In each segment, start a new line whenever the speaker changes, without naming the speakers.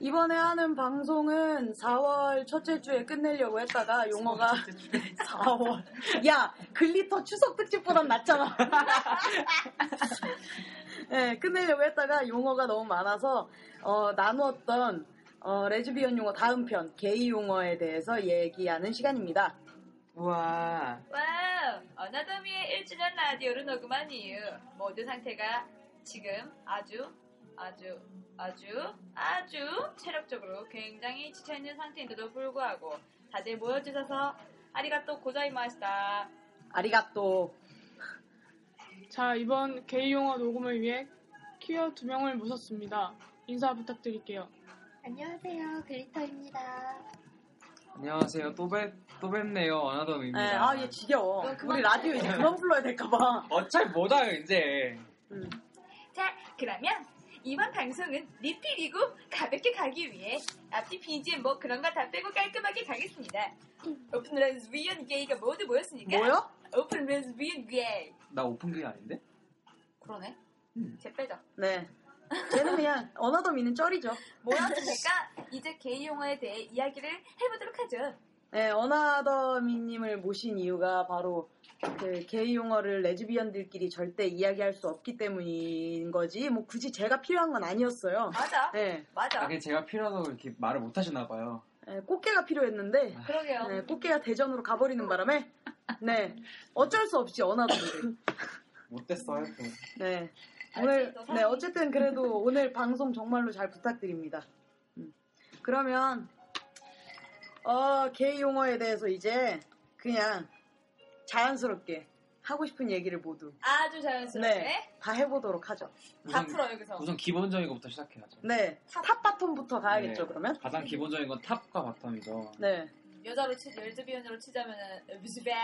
이번에 하는 방송은 4월 첫째 주에 끝내려고 했다가 용어가 4월. 야, 글리터 추석 특집보단 낫잖아. 네, 끝내려고 했다가 용어가 너무 많아서 어, 나누었던 어, 레즈비언 용어 다음 편 게이 용어에 대해서 얘기하는 시간입니다.
우와.
와우! 어나더미의 1주년 라디오를 녹음한 이유. 모두 상태가 지금 아주, 아주, 아주, 아주 체력적으로 굉장히 지쳐있는 상태인데도 불구하고 다들 모여주셔서 아리가또 고자이마시다.
아리가또.
자, 이번 게이 용어 녹음을 위해 퀴어 두 명을 모셨습니다. 인사 부탁드릴게요.
안녕하세요, 글리터입니다.
안녕하세요. 또, 뵙, 또 뵙네요. 어나더미입니다. 어,
네, 아, 얘 지겨워. 우리 라디오 이제 그만 불러야 될까봐.
어차피 못 와요, 이제.
음.
자, 그러면 이번 방송은 리필이고 가볍게 가기 위해 앞뒤 BGM 뭐 그런 거 다 빼고 깔끔하게 가겠습니다. 오픈 레즈비언 게이가 뭐- 모두 모였으니까
뭐요?
오픈 레즈비언 게이.
나 오픈 게 아닌데?
그러네. 제 빼죠.
네. 쟤는 그냥 어나더미는 쩔이죠.
모였으니까 이제 게이 용어에 대해 이야기를 해보도록 하죠.
네, 어나더미님을 모신 이유가 바로 그 게이 용어를 레즈비언들끼리 절대 이야기할 수 없기 때문인 거지. 뭐 굳이 제가 필요한 건 아니었어요.
맞아.
네,
맞아.
아, 그게 제가 필요해서 그렇게 말을 못 하시나 봐요.
네, 꽃게가 필요했는데
그러게요.
네, 꽃게가 대전으로 가버리는 바람에 네 어쩔 수 없이 어나더미를.
못 됐어요. 또.
네.
알지,
오늘
너
네
사랑해.
어쨌든 그래도 오늘 방송 정말로 잘 부탁드립니다. 음. 그러면 어 게이 용어에 대해서 이제 그냥 자연스럽게 하고 싶은 얘기를 모두 네,
아주 자연스럽게
다 해보도록 하죠.
다
우선,
풀어 여기서.
우선 기본적인 것부터 시작해야죠.
네, 탑 바톤부터 가야겠죠
네.
그러면.
가장 기본적인 건 탑과 바텀이죠.
네.
여자로 치 열즈비언으로 치자면은 에브즈뱀.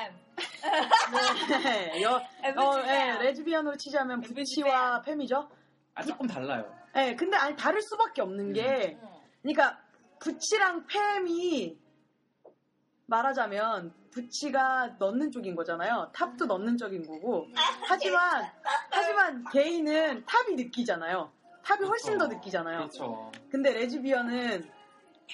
네. 여, 어,
예,
네,
에브즈뱀.
레즈비언으로 치자면
레즈비언.
부치와 팸이죠.
아, 조금 달라요.
네, 근데 아니 다를 수밖에
음.
없는 게, 그러니까 부치랑 팸이 말하자면 부치가 넣는 쪽인 거잖아요.
음.
탑도 넣는 쪽인 거고. 하지만 하지만 게이는 탑이 느끼잖아요. 탑이 훨씬 더
어,
느끼잖아요.
그렇죠.
근데 레즈비언은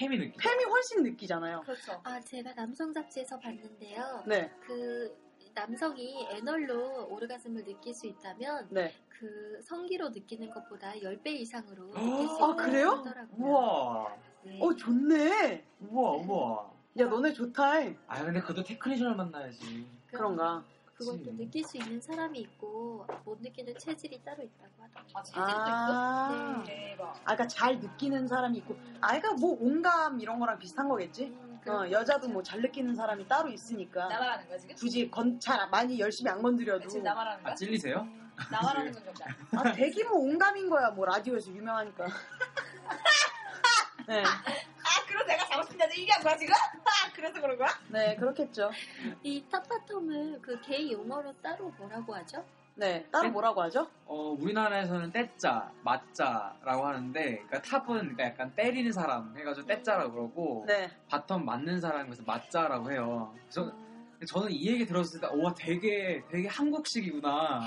햄이 느끼죠.
팸이 훨씬 느끼잖아요.
그렇죠.
아, 제가 남성 잡지에서 봤는데요.
네,
그 남성이 애널로 오르가즘을 느낄 수 있다면
네.
그 성기로 느끼는 것보다 10배 이상으로
아,
느낄 수 있다고
그래요?
하더라고요.
우와.
네.
어 좋네.
우와, 우와.
야 너네 좋다. 잉.
아, 근데 그것도 테크니션을 만나야지.
그런가.
음.
음.
그걸 또
그치.
느낄 수 있는 사람이 있고 못 느끼는 체질이 따로 있다고 하더라고요.
아 체질도
아,
있어?
음.
네.
대박.
아까 그러니까 잘 느끼는 사람이 있고, 아이가 뭐 온감 이런 거랑 비슷한 거겠지.
음,
어,
그런
여자도
거죠.
뭐 잘 느끼는 사람이 따로 있으니까
나 말하는 거야 지금?
굳이 건, 잘 많이 열심히 안 건드려도
지금 나 말하는 거야?
아, 찔리세요?
나 말하는 건 겁니다.
아, 되게 뭐 온감인 거야. 뭐 라디오에서 유명하니까. 네,
아 그럼 내가 잡고 싶다는 얘기한 거야 지금? 아 그래서 그런 거야?
네 그렇겠죠.
이 탑바텀을 그 게이 용어로 따로 뭐라고 하죠?
네, 따로 뭐라고 하죠?
어, 우리나라에서는 떼짜, 맞짜라고 하는데, 그러니까 탑은 그러니까 약간 때리는 사람 해가지고 떼짜라고 그러고,
네,
바텀 맞는 사람 그래서 맞짜라고 해요. 그래서
음.
저는 이 얘기 들었을 때, 와, 되게, 되게 한국식이구나.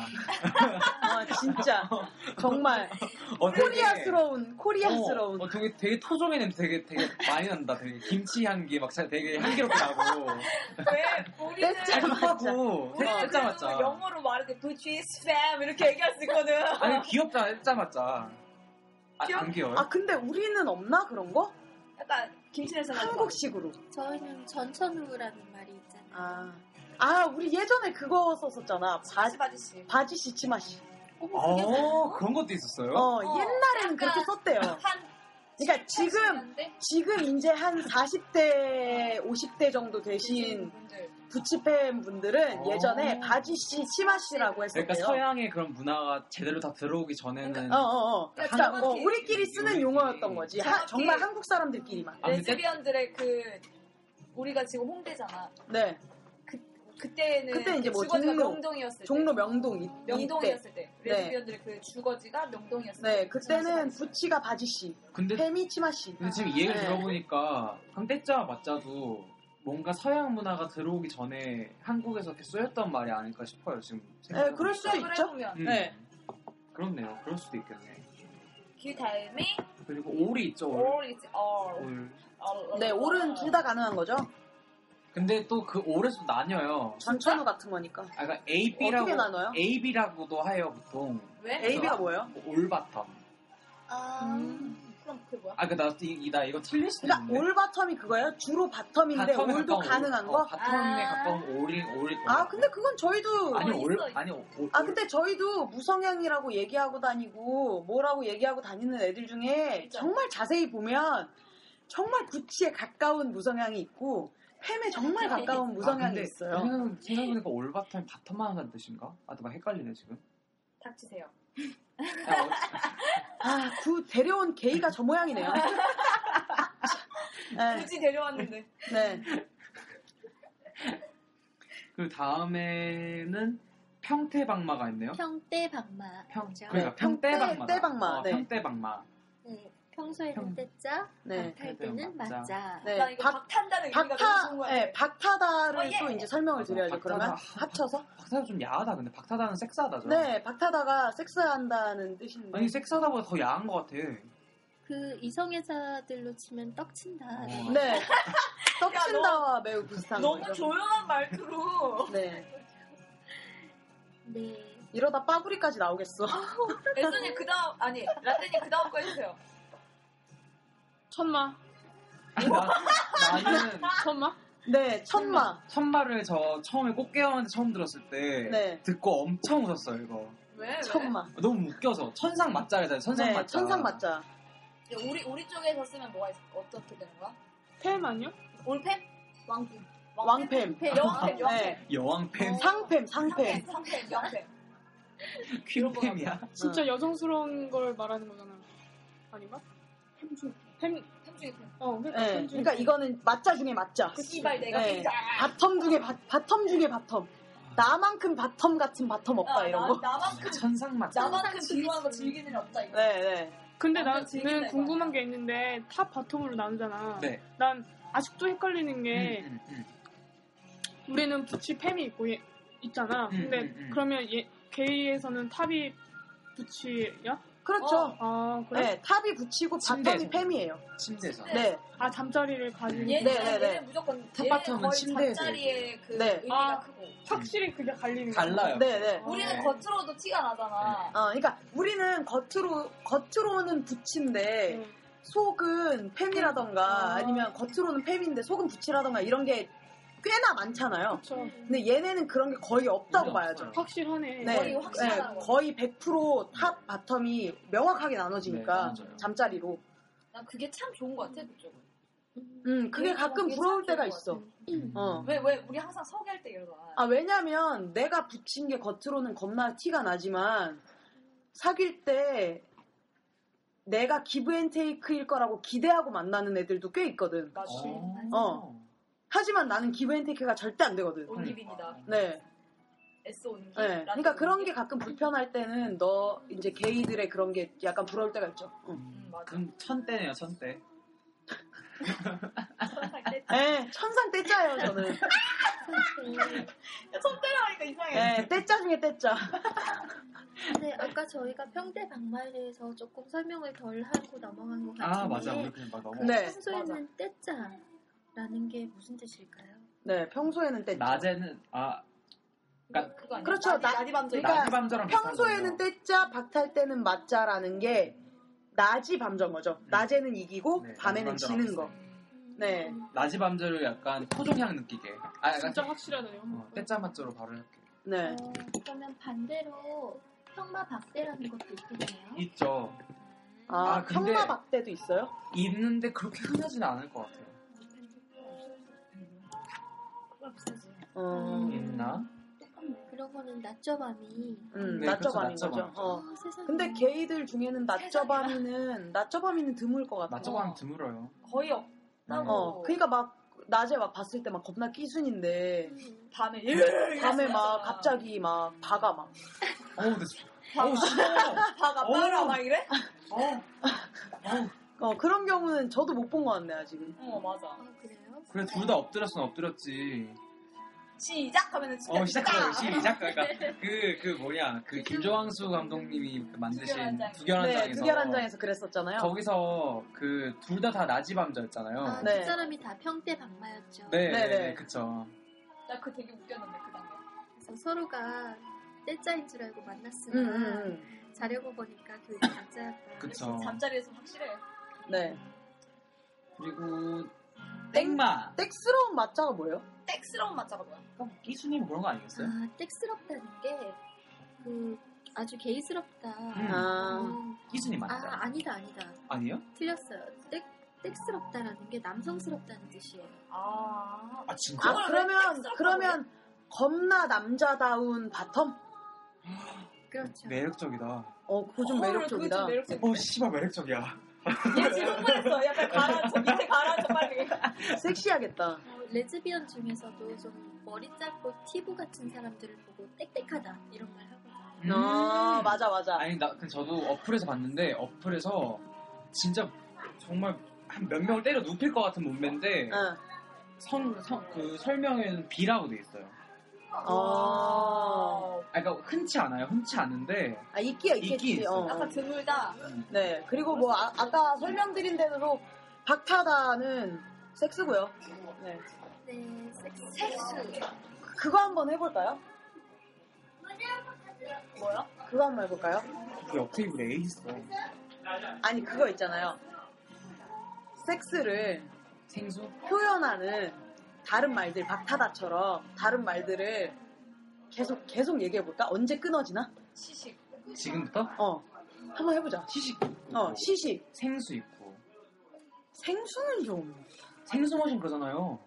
아 진짜 정말
어, 되게-
코리아스러운 코리아스러운.
어, 어, 되게, 되게 토종의 냄새 되게, 되게 많이 난다. 되게 김치 향기 막 잘- 되게 향기롭게 나고.
왜 우리는
떼짜.
하고
우리는
떼짜
그래도
맞자.
영어로 말할 때 부치 스팸 이렇게 얘기할 수 있거든.
아니, 귀엽다, 떼짜 맞자. 아, 안 귀여워요?
아 근데 우리는 없나 그런 거?
약간 김치에서
한국식으로.
저희는 전천후라는 말이 있잖아요.
아, 아 우리 예전에 그거 썼었잖아. 바,
바지 바지씨.
바지 시치마시.
어, 그런 것도 있었어요?
어,
어,
옛날에는
약간-
그렇게 썼대요.
한
그러니까 지금 지금 이제 한 40대 50대 정도 되신 부치팬 분들은
어.
예전에 바지 씨, 치마 씨라고
그러니까
했었대요.
서양의 그런 문화가 제대로 다 들어오기 전에는
어, 어, 어.
그러니까
그러니까 어,
정확히
우리끼리
음.
쓰는 용어였던 거지. 하-
정확히.
정말 한국 사람들끼리만.
아, 근데-
레즈비언들의 그 우리가 지금 홍대잖아.
네.
그때는
그때 이제 뭐
주거지가
종로,
명동이었을
종로
때.
명동 이, 이때.
명동이었을 때 레즈비언들의 그 주거지가 명동이었을 때.
네, 그때는
지나서
부치가 바지 씨,
근데
페미 치마 씨.
근데 지금 이 얘기를
네.
들어보니까 강대짜 맞자도 뭔가 서양 문화가 들어오기 전에 한국에서 이렇게 쓰였던 말이 아닐까 싶어요 지금
네, 그럴 수도
생각을
있죠.
해보면
음,
네.
그렇네요 그럴 수도 있겠네
그 다음에
그리고 올이 있죠 올,
all is all.
올.
all.
네, 올은 둘 다 가능한 거죠.
근데 또 그 올에서 나뉘어요
전천후 같은 거니까.
아까 그러니까 A,
어떻게
B라고
나눠요?
A, B라고도 해요 보통
왜?
에이.
AB가 뭐예요?
뭐 올바텀
아,
음.
그럼 그게 뭐야?
아 그나 이- 이- 나 이거 틀릴 수도
그러니까
있는데
올바텀이 그거예요? 주로 바텀인데
바텀에
올도
가까운
가능한
올.
거?
어, 바텀에
아.
가까운 올이 올일 거예요
아, 근데 그건 저희도
아니
어,
올
있어, 있어.
아니 올
아, 근데 저희도 무성향이라고 얘기하고 다니고, 뭐라고 얘기하고 다니는 애들 중에 정말 자세히 보면, 정말 구치에 가까운 무성향이 있고, 팸에 정말 가까운 무성향이
아, 근데
있어요.
생각- 생각해보니까 올바텀 바텀만 한다는 뜻인가? 아, 나 헷갈리네 지금.
닥치세요.
야, 어,
아, 구, 데려온 게이가 저 모양이네요. 네,
굳이 데려왔는데.
네.
그 다음에는 평태방마가 있네요.
평대 박마.
평
그죠?
그러니까
네,
평대방마.
평대- 때방마,
어,
네.
평대방마.
네, 평소에는
평-
때짜,
네.
박탈 때는
맞자.
맞자.
네.
나 이거
박-
박, 탄다는 의미가 너무 좋은 거
박타,
같아.
네, 박타다를
어, 예.
또 이제 설명을
맞아,
드려야죠.
박타다.
그러면 합쳐서?
박타다 좀 야하다. 근데 박타다는 섹스하다죠.
네, 박타다가 섹스한다는 뜻인데.
아니 섹스하다보다 더 야한 것 같아.
그 이성애자들로 치면 떡친다.
어.
네. 떡친다와 매우 비슷한
너무
거죠.
조용한 말투로
네.
네.
이러다 빠구리까지 나오겠어.
애써님 그 다음 아니 라떼님 그 다음 거 해주세요
천마,
나, 나는
천마?
네, 천마.
천마를 저 처음에 꽃게왕한테 처음 들었을 때
네.
듣고 엄청 웃었어요 이거.
왜 왜?
천마.
너무 웃겨서 천상 맞자래잖아요. 천상
네,
맞자.
천상 맞자.
야, 우리 우리 쪽에서 쓰면 뭐가 있, 어떻게 되는 거야?
팸 아니요?
올팸? 왕팸?
왕팸.
여왕팸 여왕팸
네.
여왕팬
상팸, 상팸.
상팸 상팸 영팸
퀸팸이야.
어.
진짜
네.
여성스러운 걸 말하는 거잖아요. 아닌가? 햄,
팸 중에 팸
어, 그러니까
네,
햄 중에
그러니까 이거는 맞자 중에 맞자.
그 씨발 내가
네.
진짜
바텀 중에 바, 바텀 중에 바텀. 나만큼 바텀 같은 바텀 없다, 아, 이런 거.
아, 나, 나만큼
아, 그 천상 맞자.
나만큼 비호한 거 즐기는 일 없다 이거
네, 네.
근데
완전
나
재밌다,
지금
이거.
궁금한 게 있는데 탑 바텀으로 나누잖아.
네.
난 아직도 헷갈리는
네.
게
음, 음, 음.
우리는 부치 팸이 있고 얘- 있잖아.
음,
근데
음, 음.
그러면 얘, 게이에서는 탑이 부치야?
그렇죠.
어.
아 그래?
네, 탑이 붙이고
침대에서.
바텀이 팸이에요.
침대에서.
네.
아 잠자리를 가지고
얘는,
네, 네, 네.
얘는 무조건
탑
얘는
바텀은
거의
침대에서
잠자리의 그
네.
의미가
아.
크고
확실히 그게 갈리는 거야.
달라요.
네, 네.
우리는
네.
겉으로도 티가 나잖아
어, 그러니까 우리는 겉으로 겉으로는 부치인데
음.
속은
음.
팸이라던가
아.
아니면 겉으로는 팸인데 속은 부치라던가 이런 게 꽤나 많잖아요.
그쵸.
근데 얘네는 그런 게 거의 없다고
없어요.
봐야죠.
확실하네.
네,
거의 확실하다는 거.
거의 100%탑 바텀이 명확하게 나눠지니까
네, 맞아요.
잠자리로.
난 그게 참 좋은 것 같아 그쪽은
음, 그게
음,
가끔
그게
부러울
참
때가
좋은 것
있어.
음.
어.
왜, 왜, 우리 항상 소개할 때 이러잖아.
아, 왜냐면 내가 붙인 게 겉으로는 겁나 티가 나지만 사귈 때 내가 기브앤테이크일 거라고 기대하고 만나는 애들도 꽤 있거든.
맞아.
어. 하지만 나는 기브앤테이크가 절대 안 되거든.
음.
그러니까.
온리빈이다.
네.
S 온리.
네. 그러니까 그런 게 가끔 불편할 때는 너 이제 게이들의 그런 게 약간 부러울 때가 있죠. 응.
음, 맞아.
그럼 천대네요, 천대.
네, 천상 때짜예요 저는.
손 때려하니까 이상해.
네, 때짜 중에 때짜.
근데 네, 아까 저희가 평대 박마에 대해서 조금 설명을 덜 하고 넘어간 것 같은데
아, 맞아. 우리 그냥 막 넘어.
네,
평소에는 때짜라는 게 무슨 뜻일까요?
네, 평소에는 때짜.
낮에는, 아,
그거, 그거 아니야?
그렇죠.
나디,
나-
나디 밤정.
그러니까
낮이 밤자랑
평소에는 때짜, 박탈 때는 맞자라는 게 낮이 밤전 거죠. 낮에는 이기고
네,
밤에는
낮이
지는 거.
밤전.
네.
낮이 밤자를 약간 토종향 느끼게. 아, 약간
진짜 확실하네요.
어, 때짜맛조로 바로 이렇게.
네.
어, 그러면 반대로 평마 박대라는 것도 있겠네요.
있죠.
아,
아, 근데-
평마박대도 있어요?
있는데 그렇게 흔하지는 않을 것 같아요.
어,
음.
있나?
그런 거는 낮저밤이.
음,
네,
낮저밤인
그렇죠,
거죠.
낮저밤.
어.
아, 세상에.
근데 게이들 중에는 낮저밤이는 낮저밤이는 드물 것 같아.
맞춰 하면 드물어요.
거의 없다고.
어, 그러니까 막 낮에 막 봤을 때 막 겁나 끼순인데
음.
밤에 예,
밤에
이랬어,
막
이랬어.
갑자기 막 바가 막
어우, 근데 어우, 싫어.
바가
어우.
빨아 막 이래?
어우,
어, 그런 경우는 저도 못 본 것 같네요 지금.
어 맞아.
아, 그래요?
그래, 둘 다 엎드렸으면 엎드렸지.
시작하면은 진짜
어, 시작하자,
딱!
시작. 그러니까 그, 그 뭐냐, 그 김조항수 감독님이 그 만드신
두결 한
두결한장에서
네, 두결한장에서 그랬었잖아요.
거기서 그 둘 다 다 낮이밤자였잖아요.
아,
네.
두 사람이 다 평대 박마였죠.
네,
네,
네,
네.
네, 그쵸.
나그 되게 웃겼는데 그 당시.
그래서 서로가 떼짜인 줄 알고 만났으나
음, 음, 음.
자려고 보니까 둘다 남자였다.
그쵸.
잠자리에서 확실해.
네.
그리고 땡마.
땡스러운 맞자가 뭐예요?
땡스러운 맞자가 뭐야?
그럼 끼수님 그런 거 아니겠어요?
아, 땡스럽다는 게, 그, 아주 게이스럽다.
음.
아,
음.
끼수님
아,
맞죠?
아니다, 아니다.
아니에요?
틀렸어요. 땡, 땡스럽다라는 게 남성스럽다는 뜻이에요.
아.
아 진짜?
아 그러면 그러면 겁나 남자다운 바텀?
그렇죠.
네.
매력적이다.
어, 그거 좀 매력적이다.
매력적이다.
어 씨발 매력적이야.
얘 지금 뻔했어. 약간 가라앉혀. 밑에 가라앉혀 빨리.
섹시하겠다.
어, 레즈비언 중에서도 좀 머리 짧고 티브 같은 사람들을 보고 땡땡하다 이런 말 하거든요.
아, 맞아, 맞아.
음. 아니 나 그 저도 어플에서 봤는데 어플에서 진짜 정말 한 몇 명을 때려 눕힐 것 같은 몸매인데
응.
성, 성, 그 설명에는 B라고 돼 있어요.
아.
어.
아, 그러니까 흔치 않아요. 흔치 않은데 음,
아, 있기야,
있긴
있겠지.
있어.
어.
아까 드물다.
네. 그리고 뭐, 아, 까 설명드린 대로 박타다는 섹스고요. 네.
네, 섹스. 섹스.
그거 한번 해볼까요?
뭐야?
그거 한번 해볼까요?
그 옆테이블에 A 있어.
아니, 그거 있잖아요. 섹스를
생수?
표현하는 다른 말들, 박타다처럼 다른 말들을 계속, 계속 얘기해볼까? 언제 끊어지나?
시식.
지금부터?
어. 한번 해보자.
시식 있고
어, 시식.
생수 있고
생수는 좀.
생수 머신 그러잖아요.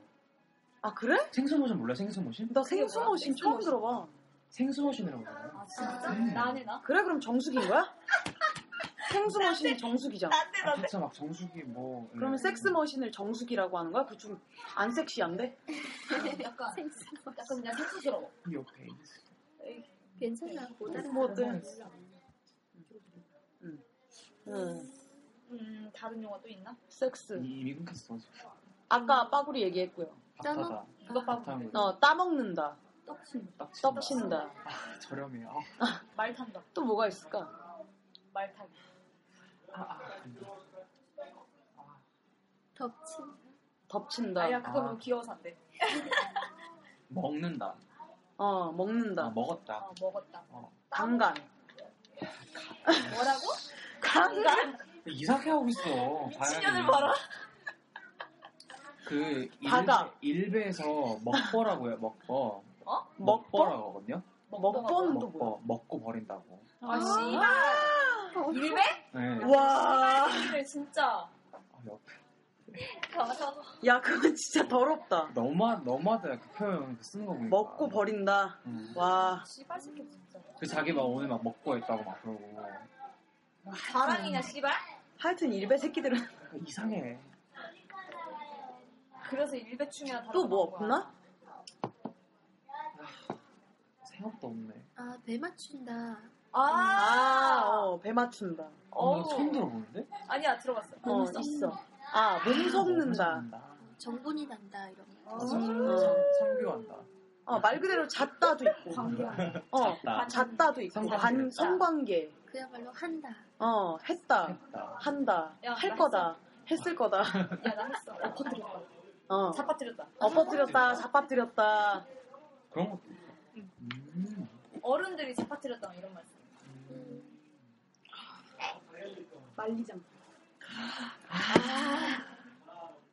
아, 그래?
생수 머신 몰라? 요 생수 머신?
나 생수 머신 처음 들어봐.
생수 머신이라고 하잖아요.
아 진짜? 나 안 해나?
그래 그럼 정수기인 거야? 생수 머신이 정수기잖아.
안돼
아,
안돼.
그쵸, 막 정수기 뭐. 네.
네, 그러면 섹스 머신을 정수기라고 하는 거야? 그 좀 안 섹시한데?
네. 약간 약간 그냥 색소스러워.
그 옆에 있어.
괜찮아. 모다른
뭐
사람.
어때? 응.
음 다른 영화 또 있나?
섹스.
이- 이미 끊겼어.
아까 빠구리 얘기했고요.
박타다.
누가 봐도
박타는 거.
어, 따먹는다.
떡신
딱 친다.
떡친다.
아, 저렴해요. 아,
말 탄다.
또 뭐가 있을까?
말 타기.
아,
덮친.
덮친다.
아야 그거
아.
너무 귀여워서 안 돼.
먹는다.
어,
아,
먹는다.
먹었다.
아 먹었다.
강간.
뭐라고?
강간?
이상하게 하고 있어.
미친년을
바야흐로.
봐라.
그
바다.
일베, 에서 먹버라고요. 먹버.
어?
먹버라고 하거든요.
먹보는 또 뭐야?
먹버. 먹고 버린다고.
아 씨발. 일베?
네.
와,
일을 아. 진짜. 아,
아, 옆에.
가서
야 그건 진짜 더럽다.
너무 너무하다. 그 표현 그 쓰는 거 보니까.
먹고 버린다.
음.
와,
씨발 새끼 진짜.
그 자기 막 오늘 막 먹고 했다고 막 그러고.
자랑이냐 씨발?
하여튼 일베 새끼들은
약간 이상해.
그래서 일배충이나
또 뭐 없나?
생각도 없네.
아, 배 맞춘다.
아,
아.
어, 배 맞춘다.
어,
어우.
나 처음 들어보는데?
아니야 들어봤어.
어, 있어. 아, 몸 섞는다.
섞는다.
정분이 난다 이런 말.
아,
어.
성-
어.
성- 성교한다.
어, 말 그대로 잣다도 있고. 어,
잤다.
잣다도 있고. 관,
성관계.
성관계.
그야말로 한다.
어, 했다.
했다.
한다.
야,
할
나
거다. 했을 거다.
야 나 했어. 엎어뜨렸다.
어.
잡아뜨렸다.
엎어뜨렸다. 잡아뜨렸다.
그런 것도 있어. 음.
어른들이 잡아뜨렸다 이런 말. 말리장.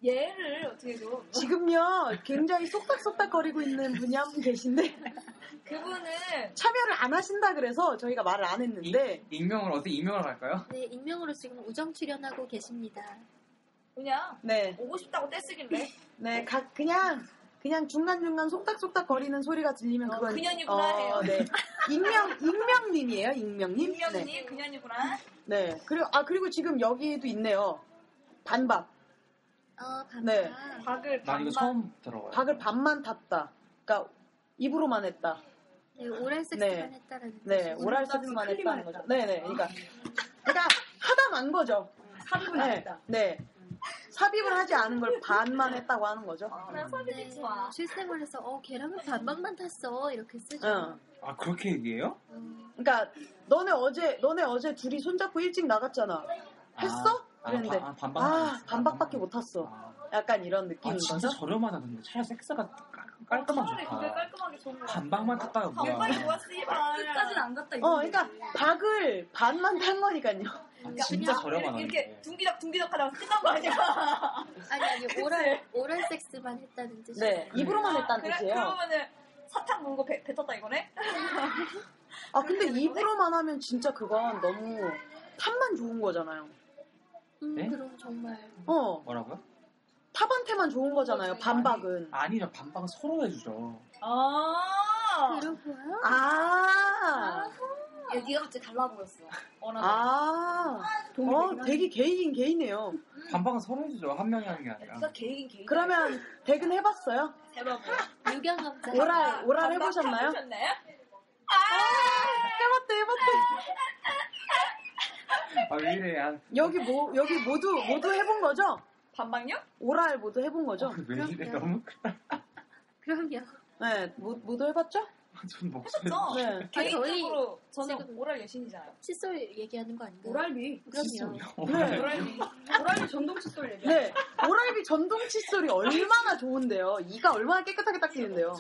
얘를 어떻게 좀
지금요, 굉장히 속닥속닥 거리고 있는 분이 한 분 계신데,
그분은
참여를 안 하신다 그래서 저희가 말을 안 했는데
익명을 어디 익명을 갈까요?
네, 익명으로 지금 우정 출연하고 계십니다.
그냥
네,
오고 싶다고 떼쓰길래
네, 각 그냥 그냥 중간 중간 속닥속닥 거리는 소리가 들리면
어,
그건
그년이구나 해요.
네, 익명 익명님이에요, 익명님.
김명님
네,
그년이구나.
네. 그리고 아 그리고 지금 여기도 있네요. 반박.
어, 반갑
네.
박을
아,
난 이거
반만
처음 들어봐요.
박을 반만 탔다. 그러니까 입으로만 했다.
네, 오랄 섹스만
네.
했다라는
네,
뜻이죠.
오랄 섹스만 했다는 거죠. 네, 네. 그러니까 그러니까 하다 만 거죠.
삽입을 안
네,
했다.
네. 삽입을 하지 않은 걸 반만 했다고 하는 거죠.
난 삽입이
네,
아, 좋아.
실생활에서 어, 계란은 반반만 탔어 이렇게 쓰죠.
응.
아 그렇게 얘기해요?
어,
그러니까 너네 어제 너네 어제 둘이 손잡고 일찍 나갔잖아. 했어?
아,
그랬는데
아, 반박.
아 반박밖에 못 탔어.
아,
약간 이런
아,
느낌인
진짜
거죠.
저렴하다 근데 차라리 섹스가 깔- 깔끔한
차라리 그게
좋다.
깔끔하게 좋은 거 같아.
반박만 탔다가
반박이
뭐야?
뭐야, 씨발.
끝까지는 안 갔다.
네. 어, 그러니까 박을 반만 탄 거니까요.
아, 진짜 저렴하다.
그러니까 이렇게 둥기덕 둥기덕 하다가 끝난 거 아니야?
아니 아니 오랄 오랄 섹스만 했다는 뜻이죠.
네, 입으로만 했다는
그래,
뜻이에요.
그러면은 사탕 물고 배, 뱉었다 이거네?
아 근데 입으로만 하면 진짜 그건 너무 탑만 좋은 거잖아요.
음,
네?
그럼 정말
어,
뭐라고요?
탑한테만 좋은 거잖아요. 반박은.
아니죠 반박은 서로 해주죠.
아,
그러고요.
아,
야, 네가 갑자기 달라 보였어. 원하다.
아, 어, 되게 개이긴 개이네요.
음.
반박은 서로 해주죠 한 명이 하는 게
야,
아니라.
네가 개이긴 개이.
그러면 대근 해봤어요?
대박.
유경 남자.
아,
오랄 오랄 해보셨나요?
해보셨나요? 아!
해봤대 해봤대.
아 왜 이래? 아,
여기 모 여기 모두 모두 해본 거죠?
반박요?
오랄 모두 해본 거죠?
왜 이래?
그럼요.
너무
그럼요.
네, 모, 모두 해봤죠?
아, 좀 목소리.
그렇죠.
네.
개인적으로 저는
지금-
오랄 여신이잖아요.
칫솔 얘기하는 거 아닌가요?
오랄비.
그럼요.
뭐
네.
오랄비. 오랄비 전동 칫솔 얘기야.
네, 오랄비 전동 칫솔이 얼마나 좋은데요. 이가 얼마나 깨끗하게 닦이는데요.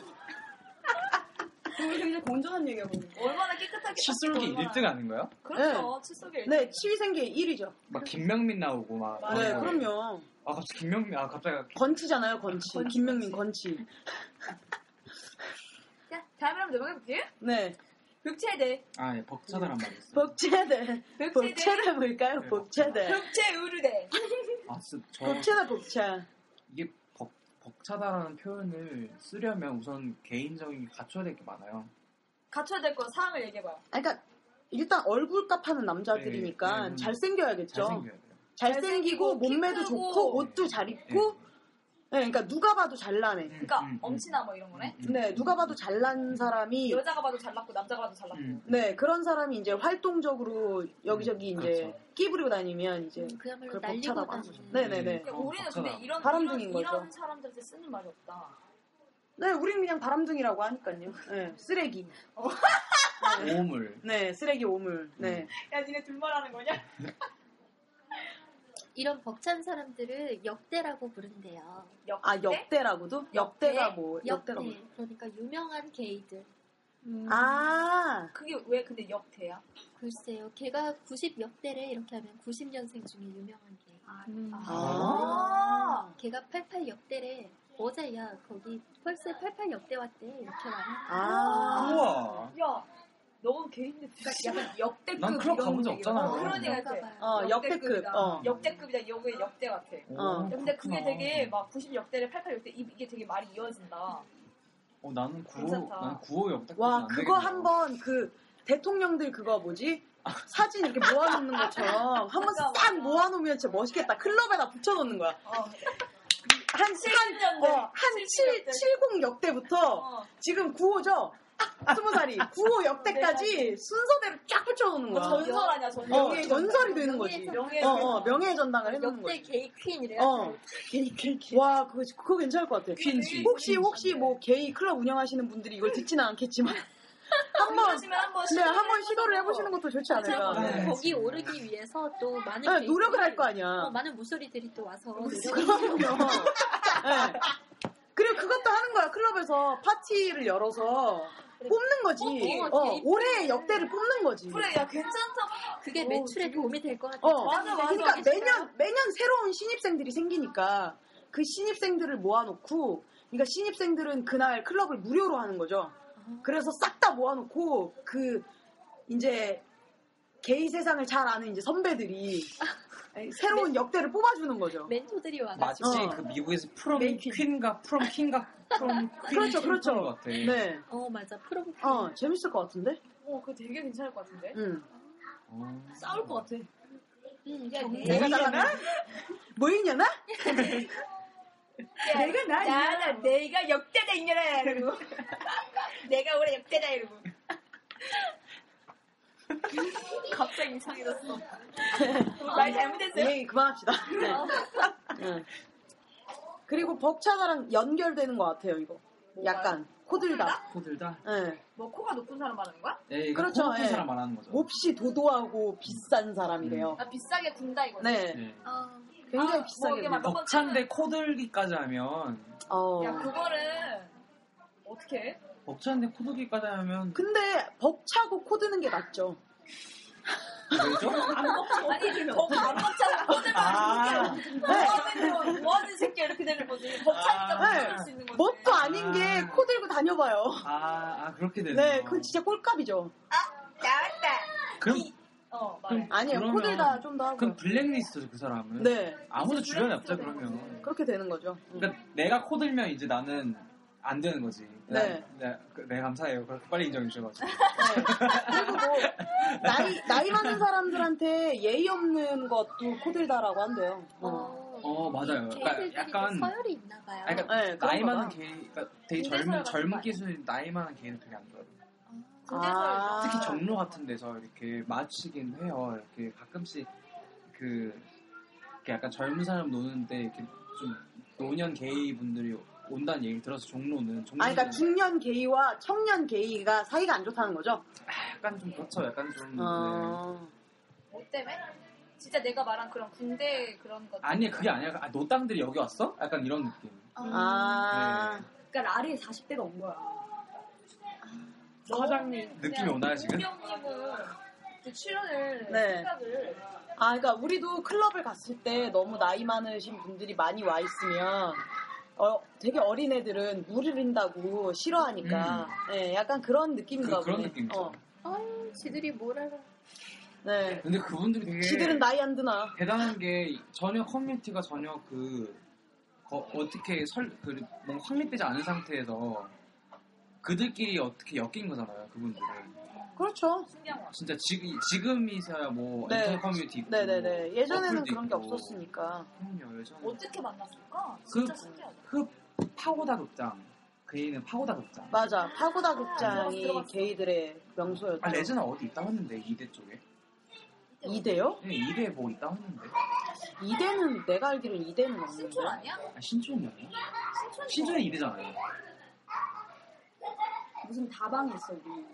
굉장히 건전한 얘기야, 보니 네. 얼마나 깨끗하게.
칫솔기
닦고 얼마나-
1등 아닌가요?
그렇죠. 칫솔기 1등.
네, 치위생계 1위죠.
막 김명민 나오고 막.
네,
어.
그럼요.
아 갑자기 김명민 아 갑자기
건치잖아요, 건치. 김명민 건치.
자, 다음으로 한번 넘어가볼게요.
네,
흑채대.
아예 벅차다란 말이 있어요.
복채대.
흑채대.
복채대 볼까요?
네.
복채대.
흑채우르대.
네.
아 진짜 저
복채다 복차.
이게 벅 벅차다라는 표현을 쓰려면 우선 개인적인 게 갖춰야 될 게 많아요.
갖춰야 될 건 사항을 얘기해봐요.
아, 그러니까 일단 얼굴값 하는
네,
남자들이니까
네.
잘생겨야겠죠.
잘생겨야 돼요.
잘생기고
잘생기고
몸매도
키 크고.
좋고 옷도 잘 입고 네, 그러니까 누가 봐도
예.
잘나네.
음,
그러니까 엄친아 뭐 이런 거네.
네, 누가 봐도 잘난 사람이
여자가 봐도 잘났고 남자가 봐도
음.
잘났고.
네, 그런 사람이 이제 활동적으로 여기저기
음,
이제
그렇죠.
끼부리고 다니면 이제
음,
네.
그야말로
그걸
날리고
벅차다고 하는
다니는.
거죠. 네네네.
어,
그러니까 우리는 근데 이런 이런,
바람둥이인 거죠.
이런 사람들한테 쓰는 말이 없다.
네, 우리는 그냥 바람둥이라고 하니까요. 네, 쓰레기.
음. 오물
네, 쓰레기 오물. 네.
야, 니네 둘말하는 거냐?
이런 벅찬 사람들을 역대라고 부른대요.
역.
아, 역대라고도? 역대가 뭐,
역대.
역대가 뭐.
그러니까 유명한 게이들.
음.
아,
그게 왜 근데 역대야?
글쎄요. 걔가 90 역대래 이렇게 하면 90년생 중에 유명한 게.
음.
아.
걔가 88 역대래. 어제야 거기 펄스 88 역대 왔대 이렇게 말해.
아.
우와
야, 너는 개인데 약간 역대급
난 클럽
이런
가본 적
얘기야.
없잖아.
어, 그러니까
네.
그래.
어, 역대급.
역대급이다.
어.
역대급이다. 여기 역대 같아.
어.
근데 그게
그렇구나.
되게 막 90역대를 88역대 이게 되게 말이 이어진다.
어, 나는 구호
괜찮다.
난 구호 역대
와, 그거 한번 그 대통령들 그거 뭐지? 사진 이렇게 모아놓는 것처럼 한번
맞아,
싹
맞아.
모아놓으면 진짜 멋있겠다. 클럽에다 붙여놓는 거야.
어.
한, 한,
70년대.
어, 한 7, 70 역대부터
어.
지금 9호죠? 아, 스무 살이 9호 역대까지 순서대로 쫙 붙여놓는
뭐
거야.
전설 아니야 전설.
어, 전설이 되는 거지.
명예의
명예.
어, 어, 명예의 전당을 해놓는
역대
거지.
게이 퀸이래요.
어. 와, 그거, 그거 괜찮을 것 같아.
퀸즈.
혹시, 혹시 뭐 게이 클럽 운영하시는 분들이 이걸 듣지는 않겠지만. 한번,
그러시면 한번
네, 한번 시도를 해보시는 것도 좋지 않을까.
그래서
네.
거기 오르기 위해서 또 많은
네,
게이들이-
노력을 할 거 아니야.
어, 많은 모서리들이 또 와서 노력을
그럼요. 네. 그리고 그것도 하는 거야. 클럽에서 파티를 열어서 뽑는 거지.
뽑고,
어,
게이
올해의 역대를 뽑는 거지.
그래 야 괜찮다.
그게 매출에 도움이 될 것 같아요.
어,
맞아, 맞아.
그러니까 매년 매년 새로운 신입생들이 생기니까 그 신입생들을 모아놓고, 그러니까 신입생들은 그날 클럽을 무료로 하는 거죠. 그래서 싹 다 모아놓고 그 이제 게이 세상을 잘 아는 이제 선배들이 새로운
네.
역대를 뽑아주는 거죠.
멘토들이 와가지고
마치
어.
그 미국에서 프롬
메인 퀸.
퀸과 프롬 킹과 프롬 퀸
그렇죠, 그렇죠.
것 같아.
네.
어 맞아 프롬
어 재밌을 것 같은데.
어, 그거 되게 괜찮을 것 같은데?
응.
어.
싸울 것 같아.
음, 야,
정말.
내가
내가 달라. 뭐 있냐나?
야,
내가 나
나, 나, 내가 역대다 인연아 이러고 내가 올해 역대다 이러고
갑자기 이상해졌어.
말 잘못했어요?
얘기 그만합시다. 네. 그리고 벅차다랑 연결되는 것 같아요 이거. 약간 코들다.
코들다.
예.
뭐 코가 높은 사람 말하는 거야?
예,
그렇죠,
그렇죠. 높은
예.
사람 말하는 거죠.
몹시 도도하고 비싼 사람이래요.
아 비싸게 군다 이거
네.
예.
아,
굉장히
아,
비싸게.
뭐 이게 막-
굴다.
벅찬데 코들기까지 하면
어.
야 그거를 어떻게 해?
벅찬데 코들기까지 하면
그 근데 벅차고 코드는 게 낫죠.
왜죠?
아니 거안 먹잖아
아,
네. 뭐하는 뭐하는 새끼야 이렇게 되는 거지 벅차니까
아,
벅찰
네.
수 있는 거지
뭣도 아닌 게 코 들고 다녀봐요.
아, 아 그렇게 되네요.
네, 그건 진짜 꼴값이죠.
나왔다
그럼
어 말해
아니에요,
그러면-
코 들다 좀 더 하고.
그럼 블랙리스트죠 그 사람은.
어, 네,
아무도 주변에 없죠 그러면.
그렇게 되는 거죠. 음.
그러니까 내가 코들면 이제 나는 안 되는 거지. 나-
네.
네, 그- 네, 감사해요. 그렇게 빨리 인정해 주셔가지고.
네. 그리고 뭐 나이 나이 많은 사람들한테 예의 없는 것도 코들다라고 한대요. 어.
어,
어 맞아요.
걔들끼리
그러니까 약간
서열이 있나 봐요.
아니, 그러니까
네, 그런가
나이
봐요.
많은 개, 그러니까 되게
군대 서열
젊은
같은
젊은
거 아니야?
기수는 나이 많은 개는 되게 안 좋아요.
아.
특히 정로 같은 데서 이렇게 마주치긴 해요. 이렇게 가끔씩 그 이렇게 약간 젊은 사람 노는데 이렇게 좀 노년 게이 분들이 온다는 얘기 들어서 종로는 종로
아, 그러니까 중년 게이와 청년 게이가 사이가 안 좋다는 거죠.
약간 좀 그렇죠. 약간 좀 네.
어.
뭐 때문에? 진짜 내가 말한 그런 군대 그런 것
아니 그게 아니야. 아, 노땅들이 여기 왔어? 약간 이런 느낌.
아,
네.
그러니까 라리에 40대가 온 거야.
과장님.
느낌이 오나요, 지금?
우경님은 그 출연을
네.
생각을
아, 그러니까 우리도 클럽을 갔을 때 너무 나이 많으신 분들이 많이 와 있으면 어, 되게 어린 애들은 무르린다고 싫어하니까, 예, 약간 그런 느낌인가
음. 그, 그런
보네.
느낌이죠.
어,
아유, 지들이 뭘 알아.
네.
근데 그분들이 되게
지들은 나이 안 드나?
대단한 게 전혀 커뮤니티가 전혀 그 거- 어떻게 설, 그, 뭔가 확립되지 않은 상태에서 그들끼리 어떻게 엮인 거잖아요, 그분들은.
그렇죠.
신경 와.
진짜 지금, 지금이서야 뭐
네.
인터넷 커뮤니티 있고 음,
네네네. 뭐 예전에는
어플도
그런 게
있고.
없었으니까.
그럼요 예전에
어떻게 만났을까? 진짜
그
신기하다.
흡 파고다 극장 그이는 파고다 극장
맞아. 파고다
들어갔어,
극장이
들어갔어.
게이들의 명소였죠.
아 레즈는 어디 있다 했는데 이대 쪽에
이대요?
네, 이대 뭐 있다 했는데
이대는 내가 알기로는 이대는 없는데.
신촌 아니야?
아, 신촌이 아니야?
신촌
신촌이 이대잖아요
무슨 다방이 있어 여기.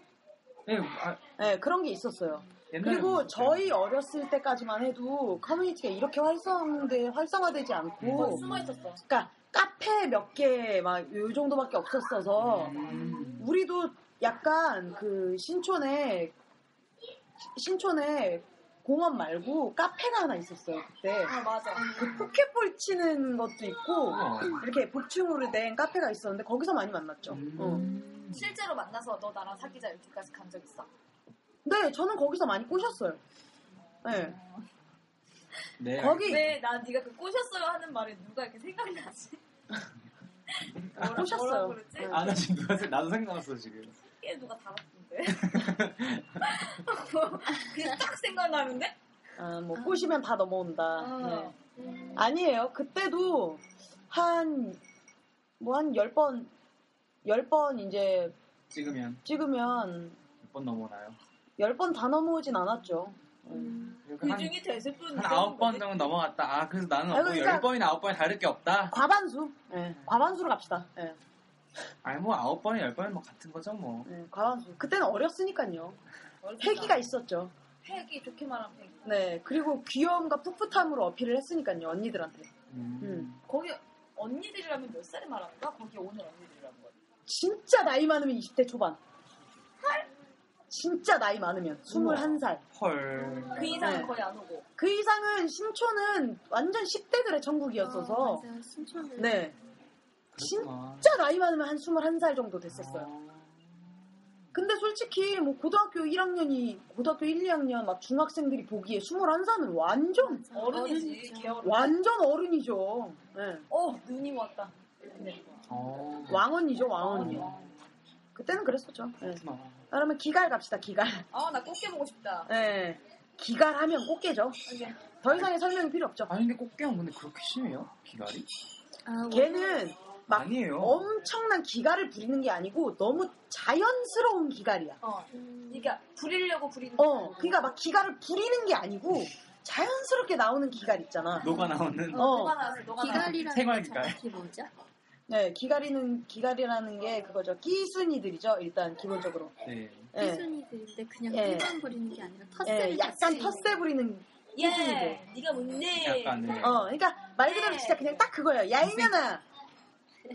네, 아,
네, 그런 게 있었어요.
옛날에
그리고
그랬어요.
저희 어렸을 때까지만 해도 커뮤니티가 이렇게 활성돼 활성화되지
어,
않고,
숨어 있었어.
그러니까 카페 몇 개 막 요 정도밖에 없었어서
음.
우리도 약간 그 신촌에 신촌에 공원 말고 카페가 하나 있었어요 그때.
아 맞아.
그 포켓볼 치는 것도 있고
우와.
이렇게 복층으로 된 카페가 있었는데 거기서 많이 만났죠.
음.
어.
실제로 만나서 너 나랑 사귀자 이렇게까지 간 적 있어?
네, 저는 거기서 많이 꼬셨어요. 네.
네,
거기
왜 나 네가 그 꼬셨어요 하는 말에 누가 이렇게 생각나지? 뭐라, 뭐라
꼬셨어요.
그러지?
네.
아나 지금 누가 생- 나도 생각났어 지금
이게 누가 달았던데? 그냥 딱 생각나는데?
아, 뭐 꼬시면 다 넘어온다.
어.
네. 아니에요. 그때도 한, 뭐 한 열번열 번 이제
찍으면
찍으면
몇 번 넘어나요?
열 번 다 넘어오진 않았죠. 네.
이렇게
그
한,
중에 됐을 뿐.
한 아홉 번 정도 넘어갔다 아 그래서 나는
아이고,
뭐
그러니까-
열 번이나 아홉 번이 다를 게 없다
과반수?
음.
네. 과반수로 갑시다. 네.
아니 뭐 아홉 번이 열 번이 뭐 같은 거죠 뭐
네, 과반수. 그때는 어렸으니까요. 패기가 있었죠.
패기 좋게 말하면 패기.
네. 그리고 귀여움과 풋풋함으로 어필을 했으니까요. 언니들한테. 음.
거기 언니들이라면 몇 살에 말하는 거야? 거기 오는 언니들이라는 거야.
진짜 나이 많으면 20대 초반. 진짜 나이 많으면 21살.
헐.
그 이상은
네.
거의 안 오고.
그 이상은 신촌은 완전 10대들의 천국이었어서
아, 맞아요. 신촌은
네.
그렇구나.
진짜 나이 많으면 한 21살 정도 됐었어요.
아.
근데 솔직히 뭐 고등학교 1학년이 고등학교 1, 2학년 막 중학생들이 보기에 21살은 완전
맞아.
어른이지,
어른이죠.
개어른.
완전 어른이죠. 예.
어, 눈이 왔다. 그래.
어.
왕언이죠, 왕언이.
아.
그때는 그랬었죠. 예.
네.
그렇구나.
그러면 기갈 갑시다, 기갈.
아, 나 꽃게 보고 싶다.
예. 기갈하면 꽃게죠.
이게
네.
더 이상의 설명이 필요 없죠.
아니 근데 꽃게는 근데 그렇게 심해요? 기갈이?
아,
걔는 막
어.
아니에요.
엄청난 기갈을 부리는 게 아니고 너무 자연스러운 기갈이야.
어,
음,
그러니까 부리려고 부리는
어, 그러니까 막 기갈을 부리는 게 아니고 자연스럽게 나오는 기갈 있잖아.
녹아 나오는
어,
어.
녹아 나왔어, 녹아 나왔어.
기갈이라는
생활
게
기갈.
정확히 뭐죠?
네, 기갈이는 기갈이라는 게 그거죠. 끼순이들이죠. 일단 기본적으로.
네.
예.
끼순이들인데 그냥
예.
끼만 부리는 게 아니라 텃세를
예, 약간
같이
텃세 부리는
예, 네가 뭔데?
약간 네.
어, 그러니까 말 그대로
네.
진짜 그냥 딱 그거예요. 야이년아,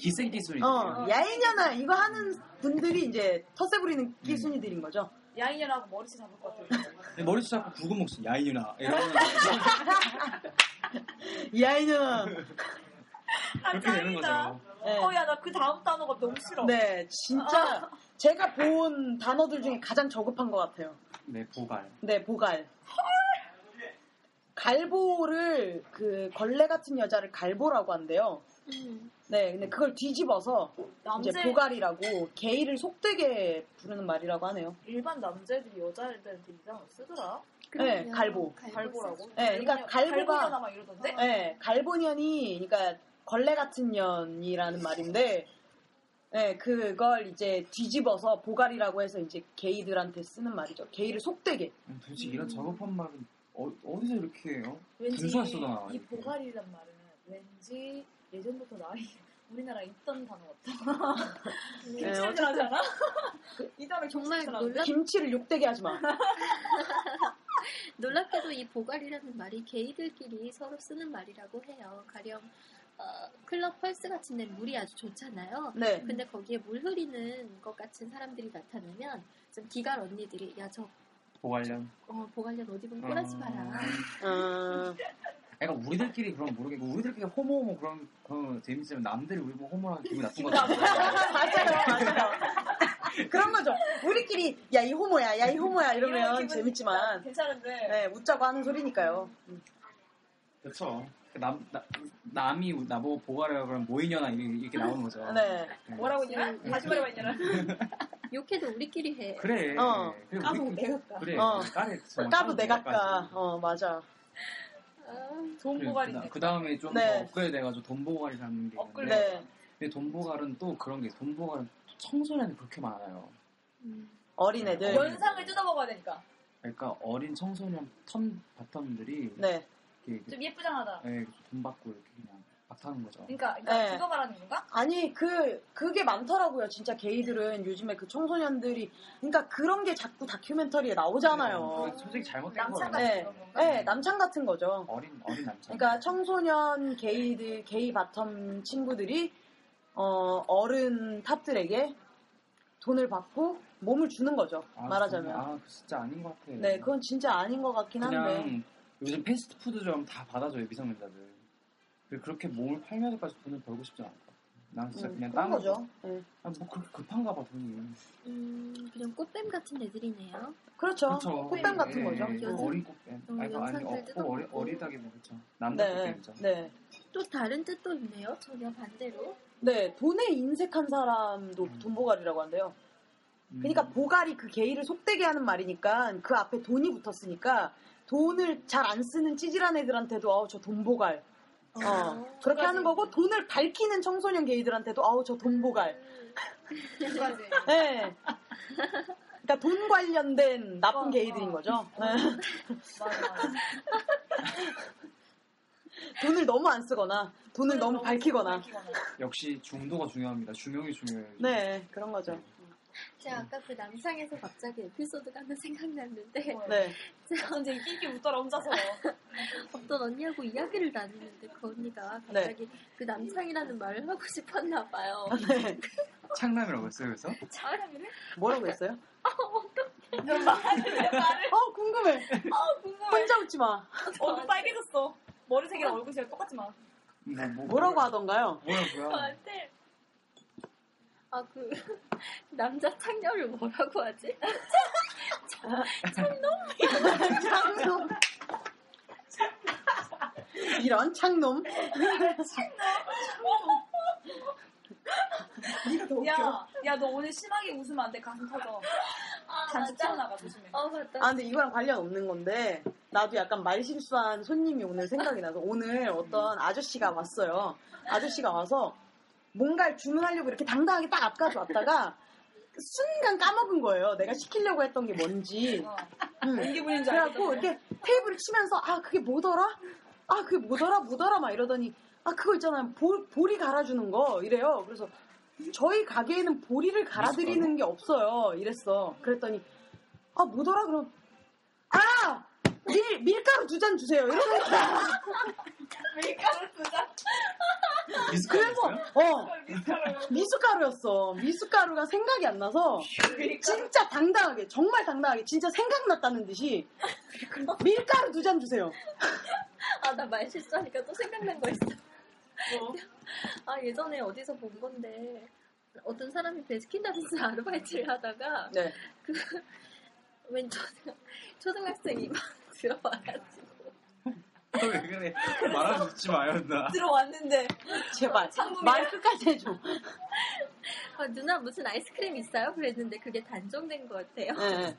기생
네.
기술이.
어, 야이년아 이거 하는 분들이 이제 텃세 부리는
음.
끼순이들인 거죠.
야인이라고 머리채 잡을 것 같아.
내 머리 자꾸 굵은 목소리 야이누나 이러면
야이년아,
아,
그렇게 되는
짱이다.
거죠.
예.
어, 야, 나 그 다음 단어가 너무 싫어.
네, 진짜 제가 본 단어들 중에 가장 저급한 것 같아요.
네 보갈.
네, 보갈. 갈보를 그 걸레 같은 여자를 갈보라고 한대요.
음,
네, 근데 그걸 뒤집어서 이제
남자
보갈이라고 게이를 속되게 부르는 말이라고 하네요.
일반 남자애들이 여자애들한테 이상을 쓰더라.
그럼요.
네, 갈보.
쓰죠.
갈보라고.
네, 그러니까 갈보가-
갈보잖아 막 이러던데.
네, 갈보년이 그러니까 걸레 같은 년이라는 말인데, 네, 그걸 이제 뒤집어서 보갈이라고 해서 이제 게이들한테 쓰는 말이죠. 게이를 속되게.
음, 도대체 이런 저급한 말은 어, 어디서 이렇게 해요?
왠지
분수가 쏟아나와,
이
이렇게.
보갈이란 말은 왠지 예전부터 나이 우리나라에 있던 단어 같아.
네, 그
김치를 하지 않아? 이 단어
정말
김치를 하는데?
놀랍,
김치를 욕되게 하지 마.
놀랍게도 이 보갈이라는 말이 게이들끼리 서로 쓰는 말이라고 해요. 가령 어, 클럽 펄스 같은 데 물이 아주 좋잖아요.
네.
근데 거기에 물 흐리는 것 같은 사람들이 나타나면 좀 기갈 언니들이 야 저
보갈련.
보갈련 어디 보면 꼬라지 마라.
음. 어,
아. 그러니까 우리들끼리 그런 모르겠고 우리들끼리 호모 호모 그런 그런 재밌으면 남들이 우리 보고 호모라 기분 나쁜 거 같아요.
맞아요, 맞아요. 그런 거죠. 우리끼리 야 이 호모야, 야 이 호모야
이런
이러면
기분
재밌지만,
괜찮은데.
네, 웃자고 하는 소리니까요.
그렇죠. 남, 나, 남이 나보고 보갈이라 그러면 모이녀나 이렇게, 이렇게 나오는 거죠.
네,
뭐라고 했냐?
음.
다시 말해봐 했잖아.
욕해도 우리끼리 해.
그래.
어.
그래,
까보
우리-
내가
그래.
어.
까래. 정말
까부 내가
까래.
까. 어, 맞아.
아,
좋은 보갈인데.
그 다음에 좀
네.
더 업그레이드 해가지고 돈보갈이라는 게
업그레이드.
있는데
네,
근데 돈보갈은 또 그런 게 있어요. 돈보갈은 청소년이 그렇게 많아요.
음,
어린애들.
연상을 뜯어먹어야 되니까.
그러니까 어린 청소년 턴 바텀들이
네,
이렇게, 이렇게
좀 예쁘장하다.
예, 돈 받고 이렇게 그냥 박타는 거죠.
그러니까, 그러니까
네.
그거 말하는 건가?
아니 그 그게 많더라고요. 진짜 게이들은 요즘에 그 청소년들이 그러니까 그런 게 자꾸 다큐멘터리에 나오잖아요.
어, 그게 솔직히 잘못된
남창
거예요.
같은
네.
그런 건가?
네, 남창 같은 거죠.
어린 어린 남자.
그러니까 청소년 게이들 게이 바텀 친구들이 어 어른 탑들에게 돈을 받고 몸을 주는 거죠.
아,
말하자면.
아, 그거 진짜 아닌 것 같아.
네, 그건 진짜 아닌 것 같긴
그냥
한데.
요즘 패스트푸드점 다 받아줘요 미성년자들. 그리고 그렇게 몸을 팔면서까지 돈을 벌고 싶지 않을 것 같아. 난 진짜
음,
그냥
그런
딴
거죠. 네.
아, 뭐 그렇게 급한가 봐 돈이.
음, 그냥 꽃뱀 같은 애들이네요.
그렇죠.
그렇죠.
꽃뱀 같은
예,
거죠.
예,
요즘-
어린 꽃뱀.
음,
아니, 아니
영상들
어,
뜯어먹고.
어리, 어리다기보다 그렇죠. 남자
네,
꽃뱀이죠.
네,
또 다른 뜻도 있네요. 전혀 반대로.
네. 돈에 인색한 사람도
음.
돈보갈이라고 한대요.
음.
그러니까 보갈이 그 게이를 속되게 하는 말이니까 그 앞에 돈이 붙었으니까 돈을 잘 안 쓰는 찌질한 애들한테도 아우 저 돈 보갈. 어, 그렇게 하는 거고 돈을 밝히는 청소년 게이들한테도 아우 저 돈 보갈.
두 가지.
예. 그러니까 돈 관련된 나쁜
어,
게이들인
어.
거죠. 예.
맞아, 맞아.
돈을 너무 안 쓰거나 돈을 너무 밝히거나.
역시 중도가 중요합니다. 중용이 중요해요.
네, 그런 거죠.
제가 아까 그 남상에서 갑자기 에피소드가 하나 생각났는데
네.
언제 이끼 웃더라 혼자서.
어떤 언니하고 이야기를 나누는데 그 언니가 갑자기 그 남상이라는 말을 하고 싶었나 봐요.
네.
창남이라고 했어요. 그래서
사람이래?
뭐라고 했어요?
아, 말을
어, 궁금해.
어, 궁금해.
혼자 웃지 마.
얼굴 빨개졌어. 머리색이랑
어,
얼굴색이 똑같지 마.
뭐, 뭐,
뭐라고 하던가요?
뭐야 뭐야.
저한테 아, 그, 남자 창녀를 뭐라고 하지?
창놈. 이런 창놈.
야, 야, 너 오늘 심하게 웃으면 안 돼. 가슴 터져.
아,
단추 튀어나가, 조심해.
어, 맞다.
아 근데 이거랑 관련 없는 건데 나도 약간 말 실수한 손님이 오늘 생각이 나서 오늘 어떤 아저씨가 왔어요. 아저씨가 와서 뭔가를 주문하려고 이렇게 당당하게 딱 앞까지 왔다가 순간 까먹은 거예요. 내가 시키려고 했던 게 뭔지.
어.
응.
이게 뭐인지
그래갖고
알겠다.
이렇게 테이블을 치면서 아 그게 뭐더라? 아 그게 뭐더라? 뭐더라? 막 이러더니 아 그거 있잖아요. 볼, 보리 갈아주는 거 이래요. 그래서 저희 가게에는 보리를 갈아드리는 게 없어요. 이랬어. 그랬더니 아 뭐더라? 그럼 아! 밀, 밀가루 두 잔 주세요. 이러더니
밀가루 두 잔.
그래서 어 미숫가루였어. 미숫가루가 생각이 안 나서 진짜 당당하게 정말 당당하게 진짜 생각났다는 듯이 밀가루 두 잔 주세요.
아, 나 말 실수하니까 또 생각난 거 있어. 아, 예전에 어디서 본 건데, 어떤 사람이 베스킨라빈스 아르바이트를 하다가,
네.
그, 웬 초등, 초등학생이 막 들어와가지고.
왜 그래? 말하고 웃지 마요, 누나.
들어왔는데.
제발
창문이야.
말 끝까지 해줘.
아, 누나 무슨 아이스크림 있어요? 그랬는데 그게 단종된 것 같아요.
예,
네.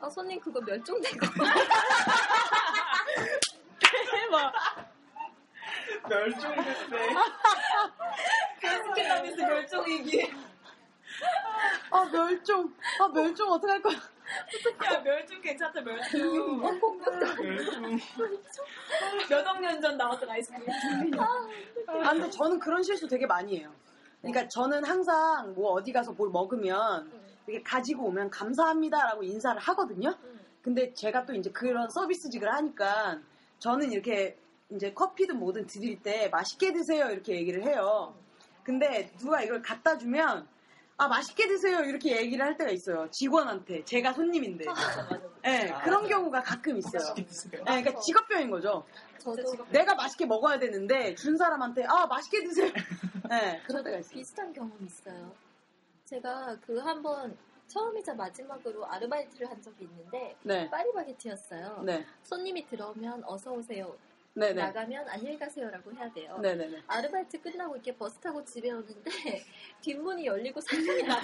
아, 손님 그거 멸종된 거 같아요.
멸종됐네.
스킨라면서 멸종이기.
아 멸종. 아 멸종 어떡할 거야.
야, 멸종 괜찮다, 멸종.
멸종.
몇 억 년 전 나왔던 아이스크림.
아 근데 저는 그런 실수 되게 많이 해요. 그러니까 저는 항상 뭐 어디 가서 뭘 먹으면 이렇게 가지고 오면 감사합니다라고 인사를 하거든요. 근데 제가 또 이제 그런 서비스직을 하니까 저는 이렇게 이제 커피든 뭐든 드릴 때 맛있게 드세요 이렇게 얘기를 해요. 근데 누가 이걸 갖다 주면 아 맛있게 드세요 이렇게 얘기를 할 때가 있어요. 직원한테 제가 손님인데. 예, 그런 경우가 가끔 있어요. 예, 그러니까 직업병인 거죠.
저도,
내가 맛있게 먹어야 되는데 준 사람한테 아 맛있게 드세요. 네, 그런 때가
저도
있어요.
비슷한 경험이 있어요. 제가 그 한번 처음이자 마지막으로 아르바이트를 한 적이 있는데,
네,
파리바게트였어요.
네,
손님이 들어오면 어서 오세요.
네, 네,
나가면 안녕히 가세요라고 해야 돼요.
네, 네, 네.
아르바이트 끝나고 이렇게 버스 타고 집에 오는데 뒷문이 열리고 사람이 많아.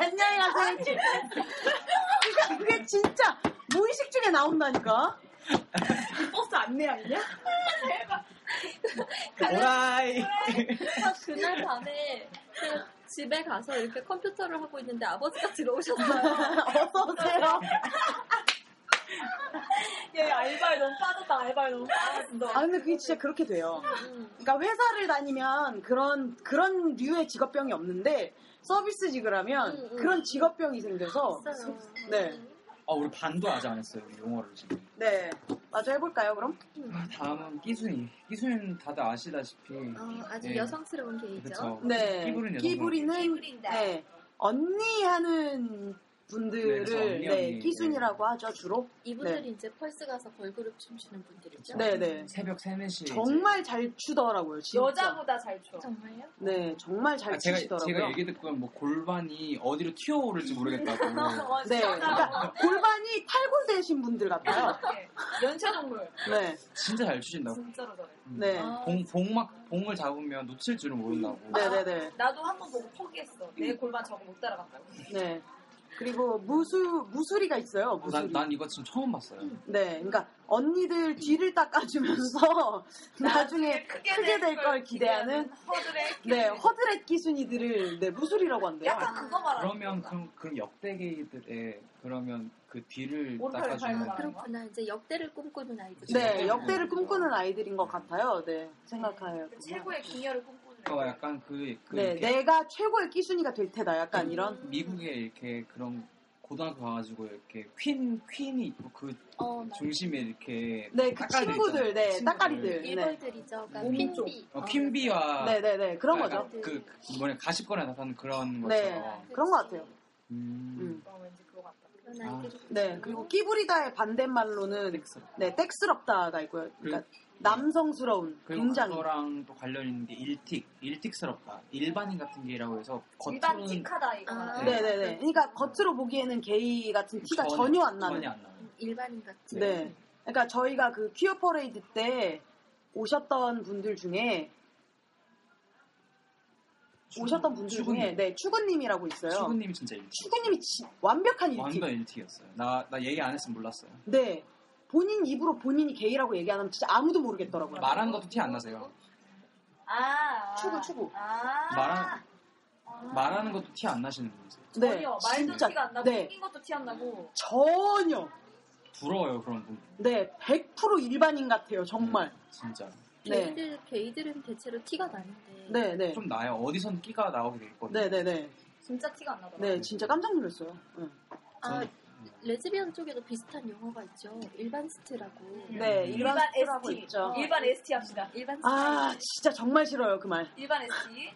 안녕히 가세요. 그러니까 그게 진짜 무의식 중에 나온다니까.
버스 안내 아니냐?
오라이.
그날 밤에 그냥 집에 가서 이렇게 컴퓨터를 하고 있는데 아버지가 들어오셨어요.
어서 오세요.
야, 야, 알바에 너무 빠졌다, 알바에 너무 빠졌어.
아 근데 그게 진짜 그렇게 돼요.
음.
그러니까 회사를 다니면 그런 그런 류의 직업병이 없는데 서비스직을
음,
하면
음.
그런 직업병이 생겨서
있어요.
네.
아, 우리 반도 아직 안 했어요, 우리 용어를 지금. 아,
네, 마저 해볼까요 그럼?
다음은 끼순이. 끼순이는 다들 아시다시피.
어, 아주
네. 그렇죠.
여성스러운 게이죠.
그쵸.
네,
끼부리는
끼부리는 네, 언니 하는 분들을
네, 그래서 언니,
네,
언니.
끼순이라고 하죠 주로.
이분들이 이제 펄스 가서 걸그룹 춤추는 분들이죠.
네, 네.
새벽 3, 4시에.
정말 잘 추더라고요. 진짜.
여자보다 잘 춰.
정말요?
네, 정말 잘
아, 제가,
추시더라고요.
제가 얘기 듣고 뭐 골반이 어디로 튀어오를지 모르겠다고.
어,
네, 그러니까 골반이 탈골되신 분들 같아요.
연체동물.
네,
진짜 잘 추신다고.
진짜로 잘해.
음.
네,
아,
봉, 봉막, 봉을 잡으면 놓칠 줄은 모른다고.
네, 네, 네,
나도 한 번 보고 포기했어. 내 골반 저거 못 따라간다고.
네. 그리고 무수 무수리가 있어요.
난,
무수리.
난 이거 지금 처음 봤어요.
네, 그러니까 언니들 뒤를 닦아주면서 나중에 크게 될 걸 기대하는
허들의
네 허드렛 끼순이들을 네 무술이라고 한대요.
약간 아, 그거 말하는
그러면
거구나.
그럼, 그럼 역대 게이들의 그러면 그 뒤를
오른팔,
닦아주는
왼팔.
그렇구나. 이제 역대를 꿈꾸는 아이들이죠.
네, 역대를 꿈꾸는 아이들인 것 같아요. 네, 생각해요.
그 최고의 궁녀를 꿈꾸는.
거 약간 그, 그
네,
이렇게
내가 최고의 끼순이가 될 테다. 약간 이런.
미국에 이렇게 그런 고등학교 가가지고 이렇게 퀸 퀸이 있고 그
어, 맞아.
중심에 이렇게
네, 그
따까리
친구들,
있잖아요.
네,
친구들.
따까리들.
일벌들이죠. 그러니까
몸쪽.
퀸비. 그렇죠.
어, 퀸비와
네, 네, 네, 그런 거죠.
약간 그, 그 뭐냐 가십거나 나타난 어. 그런
네.
것처럼.
그런 것 같아요.
음.
음.
어, 왠지 그거 같다.
그런 아이들이
네, 그리고 끼부리다의 반대말로는 네, 땡스럽다가 있고요. 그러니까 남성스러운
음. 그리고
굉장히
그거랑 또 관련 있는 게 일틱, 일틱스럽다. 일반인 같은 게라고 해서
일반
겉으로는
틱하다 이거.
아.
네네네. 그러니까 겉으로 보기에는 게이 같은 티가
전혀-
전혀 안 나는.
전혀 안 나는.
일반인 같은.
네. 그러니까 저희가 그 퀴어 퍼레이드 때 오셨던 분들 중에 오셨던 분들 중에
추구님.
네 추구님이라고 있어요.
수근님이 진짜 일틱.
추구님이 진- 완벽한 일티.
완전 일틱이었어요. 나, 나 얘기 안 했으면 몰랐어요.
네. 본인 입으로 본인이 게이라고 얘기 안 하면 진짜 아무도 모르겠더라고요.
말한 것도 티 안 나세요.
아.
추구, 추구.
아.
말한-
아!
말하는 것도 티 안 나시는 분이세요.
네.
전혀 말도
진짜,
티가 안 나고
네.
생긴 것도 티 안 나고.
전혀.
부러워요, 그런 분.
네. 100% 일반인 같아요. 정말.
진짜.
네.
게이들 게이들은 대체로 티가 나는데.
네, 네.
좀 나요. 어디선 끼가 나오게 돼 있거든요.
네, 네, 네.
진짜 티가 안 나더라고.
네, 진짜 깜짝 놀랐어요. 네. 응.
음.
아
저는-
레즈비언 쪽에도 비슷한 용어가 있죠. 일반스트라고.
음.
네, 일반
일반
S라고
ST.
있죠.
일반 ST 합시다.
일반스트.
아, 진짜 정말 싫어요, 그 말.
일반 ST.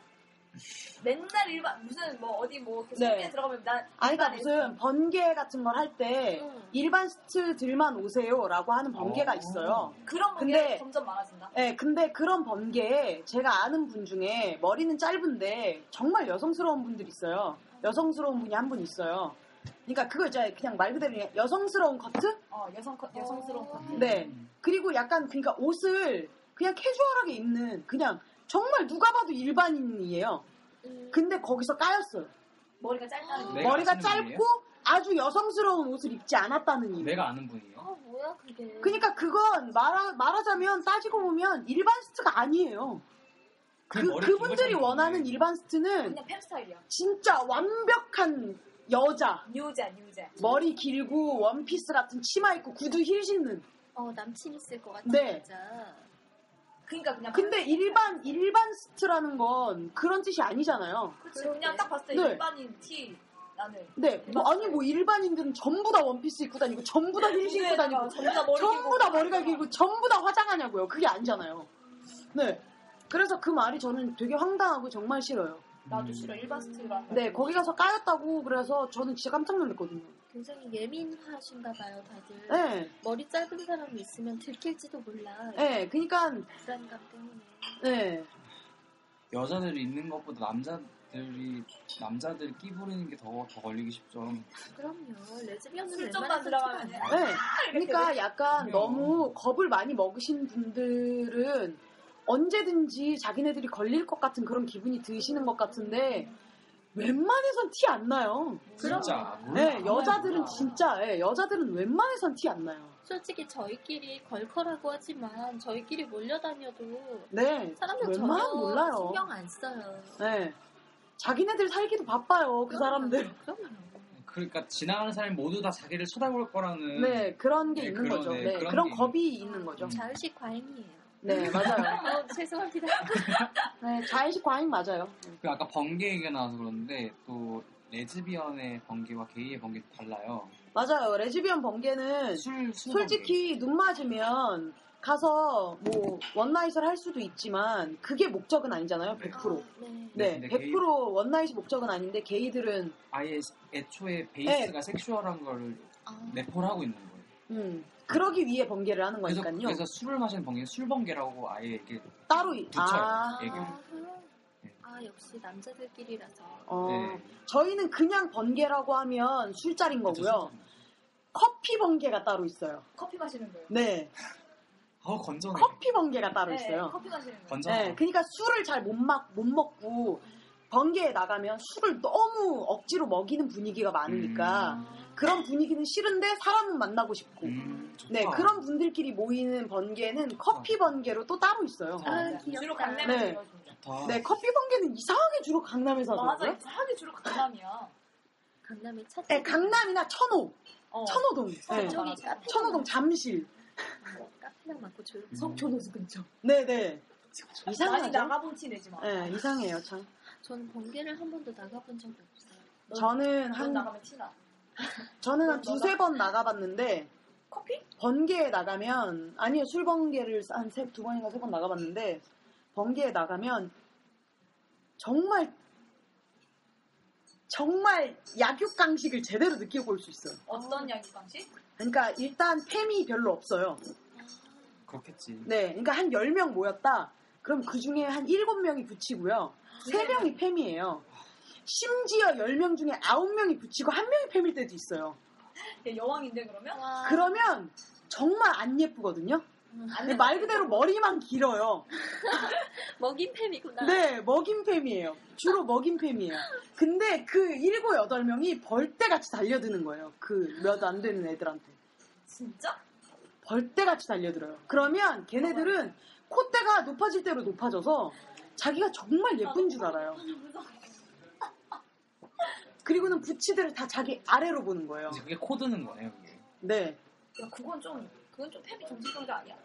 맨날 일반 무슨 뭐 어디 뭐 이렇게
네.
숙제 들어가면 음. 난
아니, 그러니까
일반
무슨 번개 같은 걸 할 때
응.
일반 스트들만 오세요 라고 하는 번개가
어.
있어요.
그런 게
근데-
점점 많아진다.
네, 근데 그런 번개에 제가 아는 분 중에 머리는 짧은데 정말 여성스러운 분들 있어요. 여성스러운 분이 한 분 있어요. 그러니까 그거 이제 그냥 말 그대로 그냥 여성스러운 커트?
어 여성 컷- 여성스러운 컷.
음.
네. 그리고 약간 그러니까 옷을 그냥 캐주얼하게 입는 그냥 정말 누가 봐도 일반인이에요.
음.
근데 거기서 까였어요.
머리가 짧다는 거.
내가
머리가
아시는
짧고
분이에요? 네.
아주 여성스러운 옷을 입지 않았다는 이유.
내가 아는
어?
분이에요.
아 뭐야 그게.
그러니까 그건 말하, 말하자면 따지고 보면 일반 스트가 아니에요.
그냥
그,
머리
그분들이
긴 거잖아요.
원하는 일반 스트는
그냥 팸 스타일이야.
진짜 완벽한 여자.
뉴자 뉴자.
머리 길고 원피스 같은 치마 입고 구두 힐 신는.
어 남친 있을 것 같은
네.
여자.
그러니까 그냥
근데 일반, 일반 스트라는 건 그런 뜻이 아니잖아요.
그냥딱 봤을 때
네.
일반인 티 나는.
네, 뭐 아니 뭐 일반인들은 전부 다 원피스 입고 다니고 전부 다 힐 신고
군대에다가
다니고
전부 다 머리
전부
길고
다 머리가 길고 전부 다 화장하냐고요. 그게 아니잖아요. 네. 그래서 그 말이 저는 되게 황당하고 정말 싫어요.
음.
나도 싫어 일반 스타일이라.
네, 거기 가서 까였다고 그래서 저는 진짜 깜짝 놀랐거든요.
굉장히 예민하신가 봐요 다들.
네,
머리 짧은 사람이 있으면 들킬지도 몰라.
네, 그니까,
불안감 때문에.
네,
여자들이 있는 것보다 남자들이 남자들 끼 부리는 게 더 더 걸리기 쉽죠.
그럼요.
술점만
레즈비언은 웬만해서 티가
들어가면
안 나요.
네. 그니까 약간 너무 겁을 많이 먹으신 분들은 언제든지 자기네들이 걸릴 것 같은 그런 기분이 드시는 것 같은데 웬만해선 티 안 나요.
진짜 물론
네,
안
여자들은
나요.
진짜, 예, 여자들은 웬만해선 티 안 나요.
솔직히 저희끼리 걸커라고 하지만 저희끼리 몰려다녀도
네,
사람들
웬만하면
전혀
몰라요.
신경 안 써요.
네. 자기네들 살기도 바빠요, 그 사람들.
그럼요.
그러니까 지나가는 사람이 모두 다 자기를 쳐다볼 거라는
네, 그런 게
네,
있는
그런-
거죠.
네,
네,
그런
그런
게
겁이 있는 거죠.
자의식 과잉이에요.
네, 맞아요.
어, 죄송합니다.
네, 자의식 과잉 맞아요. 네.
그 아까 번개 얘기가 나와서 그런데 또 레즈비언의 번개와 게이의 번개 도 달라요.
맞아요. 레즈비언 번개는
술,
네.
술
솔직히 눈 맞으면 가서 뭐 원나잇을 할 수도 있지만 그게 목적은 아니잖아요. 100%.
어, 네.
네,
근데
100% 원나잇이 목적은 아닌데 게이들은
번개. 아예
네.
애초에 베이스가 섹슈얼한 거를
아,
내포를 하고 있는 거예요.
음, 그러기 위해 번개를 하는
그래서,
거니까요.
그래서 술을 마시는 번개 술 번개라고 아예 이렇게
따로 이-
붙여요.
아,
되게.
아, 그럼. 아, 역시 남자들끼리라서.
어,
네.
저희는 그냥 번개라고 하면 술자리인 거고요.
그쵸, 술-
커피 번개가 따로 있어요.
커피 마시는 거예요.
네,
어 건전해.
커피 번개가 따로
네,
있어요.
커피 마시는 거.
건전해.
네, 그러니까 술을 잘 못 먹고 번개에 나가면 술을 너무 억지로 먹이는 분위기가 많으니까 그런 분위기는 싫은데 사람은 만나고 싶고
음, 좋다.
네 그런 분들끼리 모이는 번개는 커피 번개로 또 따로 있어요.
아,
어.
귀엽다.
네. 주로 강남에서
네.
이루어집니다.
좋다.
네 커피 번개는 이상하게 주로 강남에서
맞아,
하더라고요.
이상하게 주로 강남이야.
강남에 차.
네 강남이나 천호,
어.
천호동, 네.
천호동.
저기 카페. 뭐
천호동 잠실.
카페랑 맞고 조용.
석촌호수 근처.
네네
많이
이상하죠.
나가본티 내지 마.
네 이상해요 참.
저는 번개를 한 번도 나가본 적이 없어요.
저는
넌
한
나가면 티나.
저는 한
넌
두세 번 나가봤는데
커피?
번개에 나가면 아니요 술 번개를 한 세 두 번인가 세 번 나가봤는데 번개에 나가면 정말 정말 약육강식을 제대로 느끼고 올 수 있어요.
어떤 양육 방식?
그러니까 일단 팸이 별로 없어요.
그렇겠지.
네, 그러니까 한 10명 모였다. 그럼 그 중에 한 7명이 붙이고요. 3명이 팸이에요. 심지어 10명 중에 9명이 붙이고 1명이 팸일 때도 있어요.
야, 여왕인데 그러면?
그러면 정말 안 예쁘거든요. 근데 말 그대로 머리만 길어요.
먹인 팸이구나.
네, 먹임팸이에요. 주로 먹임팸이에요. 근데 그 7, 8명이 벌떼같이 달려드는 거예요. 그 몇 안 되는 애들한테.
진짜?
벌떼같이 달려들어요. 그러면 걔네들은 콧대가 높아질 대로 높아져서 자기가 정말 예쁜 줄 알아요. 그리고는 부치들을 다 자기 아래로 보는 거예요.
이제 그게 코드는 거네요, 그게.
네.
야, 그건 좀, 그건 좀 탭이 정신병자 아니야?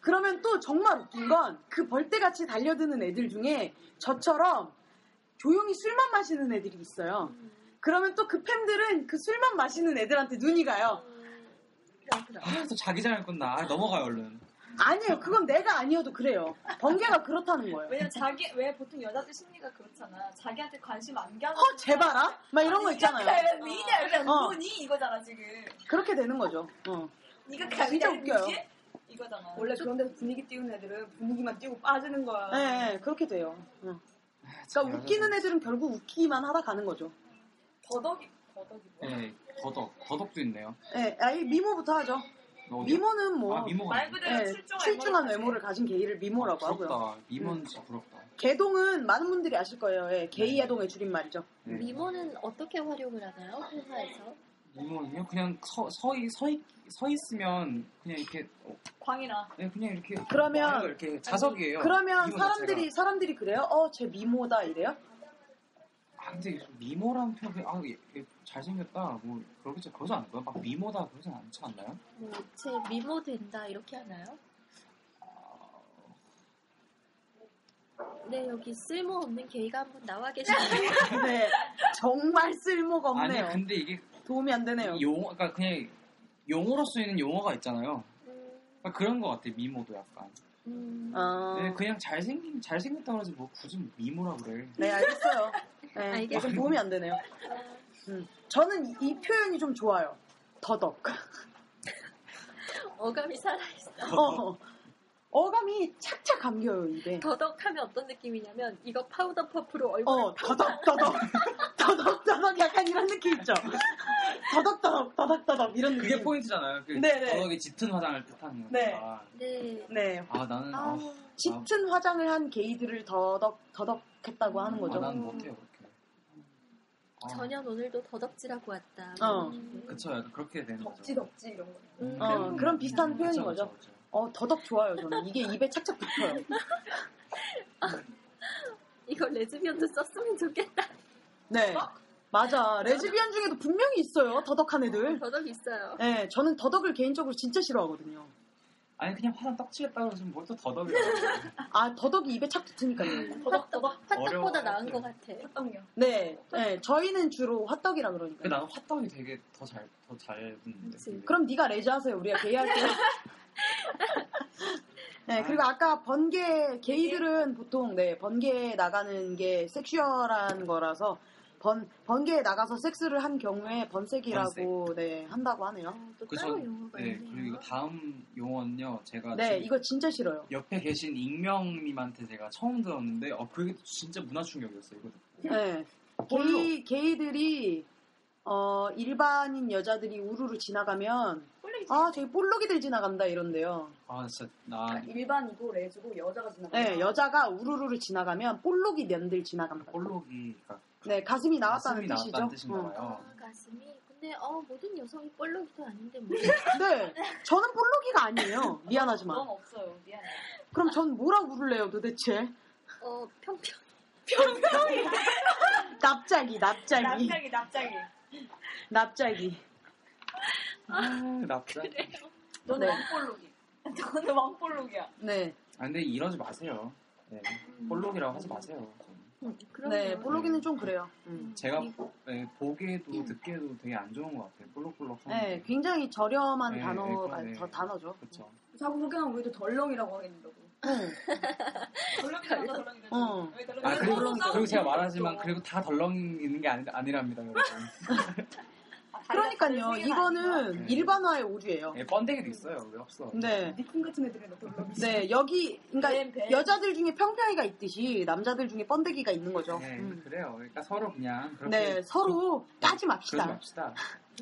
그러면 또 정말 웃긴 건 그 벌떼같이 달려드는 애들 중에 저처럼 조용히 술만 마시는 애들이 있어요. 그러면 또 그 팬들은 그 술만 마시는 애들한테 눈이 가요.
그렇더라.
아, 또 자기 장면 끝나. 아, 넘어가요, 얼른.
아니에요. 그건 내가 아니어도 그래요. 번개가 그렇다는 거예요.
왜냐면 자기, 왜 보통 여자들 심리가 그렇잖아. 자기한테 관심 안 가는.
허, 제발아? 막 이런 거 있잖아요.
니가 가면
어.
누구니? 이거잖아, 지금.
그렇게 되는 거죠. 어.
니가 가면
진짜 웃겨요.
누구지? 이거잖아.
원래 그런 데서 분위기 띄우는 애들은 분위기만 띄우고 빠지는 거야.
네.
예, 예, 그렇게 돼요.
아,
어. 그러니까 웃기는 애들은 결국 웃기만 하다 가는 거죠.
더덕이, 더덕이 뭐야?
네, 더덕. 더덕도 있네요.
예, 아예 미모부터 하죠.
어디?
미모는 뭐
아, 미모가.
말
있네.
그대로
예,
출중한,
출중한 외모를 가진 게이를 미모라고
아,
하고요.
부럽다. 미모는 진짜 부럽다.
개동은 많은 분들이 아실 거예요. 예, 게이
네.
야동의 줄임말이죠.
네.
미모는 어떻게 활용을 하나요? 회사에서?
미모는요? 그냥 서, 서, 있- 서, 있, 서 있으면 그냥 이렇게, 어,
광이나.
네, 그냥 이렇게.
그러면-
뭐하는 거 이렇게 자석이에요.
그러면
미모
사람들이
자체가.
사람들이 그래요? 어, 쟤 미모다 이래요?
아, 근데 미모라는 표현이, 아, 얘, 얘 잘생겼다. 뭐, 그러겠지. 그러지 않을까요? 막 미모다. 그러진 않지 않나요?
뭐, 제 미모 된다, 이렇게 하나요?
아,
네, 여기 쓸모없는 게이가 한 분 나와 계시네요.
네, 정말 쓸모가 없네요.
아니, 근데 이게
도움이 안 되네요.
용어, 그러니까 그냥 용어로 쓰이는 용어가 있잖아요.
음,
그런것 같아, 미모도 약간.
음.
어,
네, 그냥 잘생긴, 잘생겼다 그러지 뭐 굳이 미모라 그래.
네, 알겠어요. 네,
알겠어요.
좀 도움이 안 되네요. 음, 저는 이, 이 표현이 좀 좋아요. 더덕.
어감이 살아있어.
어, 어감이 착착 감겨요, 입에.
더덕하면 어떤 느낌이냐면, 이거 파우더 퍼프로 얼굴
어, 더덕, 더덕. 더덕, 더덕. 약간 이런 느낌 있죠? 더덕, 더덕, 더덕, 더덕. 이런 느낌.
그게 포인트잖아요. 그
네네.
더덕이 짙은 화장을 뜻하는 거니까.
네.
네.
네.
아, 나는, 아,
아우,
짙은 화장을 한 게이들을 더덕, 더덕 했다고 하는
아,
거죠.
나는 못해요, 그렇게. 아,
전현 오늘도 더덕질하고 왔다.
어.
음,
그쵸, 약간 그렇게 되는 거죠.
덕지 덕지 이런 거.
음.
어, 그런 비슷한
그쵸,
표현인
그렇죠, 그쵸,
거죠.
그쵸.
어, 더덕 좋아요, 저는. 이게 입에 착착 붙어요.
이거 레즈비언도 썼으면 좋겠다.
네. 맞아. 레즈비언 중에도 분명히 있어요, 더덕한 애들.
더덕 있어요.
네, 저는 더덕을 개인적으로 진짜 싫어하거든요.
아니, 그냥 화장 떡치겠다 그러면 뭘또 더덕이야.
아, 더덕이 입에 착 붙으니까요.
화떡, 화떡보다
어려워요.
나은 것 같아.
떡이요.
네, 네, 저희는 주로 화떡이라 그러니까요.
근데 나는 화떡이 되게 더 잘, 더 잘 붙는데.
그치.
근데.
그럼 네가 레즈 하세요. 우리가 게이 할게요. 네, 그리고 아까 번개 게이들은 보통 네 번개에 나가는 게 섹슈얼한 거라서 번 번개에 나가서 섹스를 한 경우에 번색이라고 네 한다고 하네요.
아, 또
그래서-
따로 용어가
네,
있네요.
그리고 이거 다음 용어는요, 제가.
네,
지금
이거 진짜 싫어요.
옆에 계신 익명님한테 제가 처음 들었는데 어 그게 진짜 문화 충격이었어요. 이거 듣고.
네, 게이 게이들이 어 일반인 여자들이 우르르 지나가면 아 저기 볼록이들 지나간다 이런데요.
아 진짜 나
일반이고 레즈고 여자가 지나가.
네, 여자가 우르르 지나가면 볼록이 년들 지나간다.
볼록이 그러니까
네, 가슴이 나왔다는
가슴이
뜻이죠.
나왔다는 뜻인가
어.
봐요.
아, 가슴이. 근데 어, 모든 여성이 볼록이도 아닌데 뭐.
네, 저는 볼록이가 아니에요.
넌
미안하지만.
없어요. 미안해.
그럼 전 뭐라고 부를래요, 도대체?
어, 평평.
납작이, 납작이,
납작이, 납작이.
납작이.
아, 납작.
너는
네.
왕볼록이. 너는 왕볼록이야.
네,
아 근데 이러지 마세요. 네.
음.
볼록이라고 하지 마세요. 좀.
음, 그럼요.
네, 볼록이는 좀 그래요. 음.
음,
제가
그리고
네, 보기에도 듣기에도 되게 안 좋은 것 같아요. 볼록볼록 하는
네,
게.
굉장히 저렴한
네,
단어,
네,
아,
네.
저 단어죠.
그렇죠.
자꾸 소개하면 우리도 덜렁이라고 하겠는다고.
덜렁이다, 덜렁이다.
어.
왜
아
덜렁이다?
그리고,
서로 싸우는
그리고 제가
거죠.
말하지만 그리고 다 덜렁이는 게 아니, 아니랍니다 여러분.
아,
그러니까요.
어.
이거는
네.
일반화의 오류예요.
예, 뻔데기도 있어요. 왜 없어?
네.
니쿤 같은 애들이 넣고 불러.
네, 여기, 그러니까
뱀, 뱀.
여자들 중에 평평이가 있듯이 남자들 중에 번데기가 있는 거죠.
네,
음.
그래요. 그러니까 서로 그냥 그렇게 음,
네, 서로 따지
그러지
맙시다.
맙시다.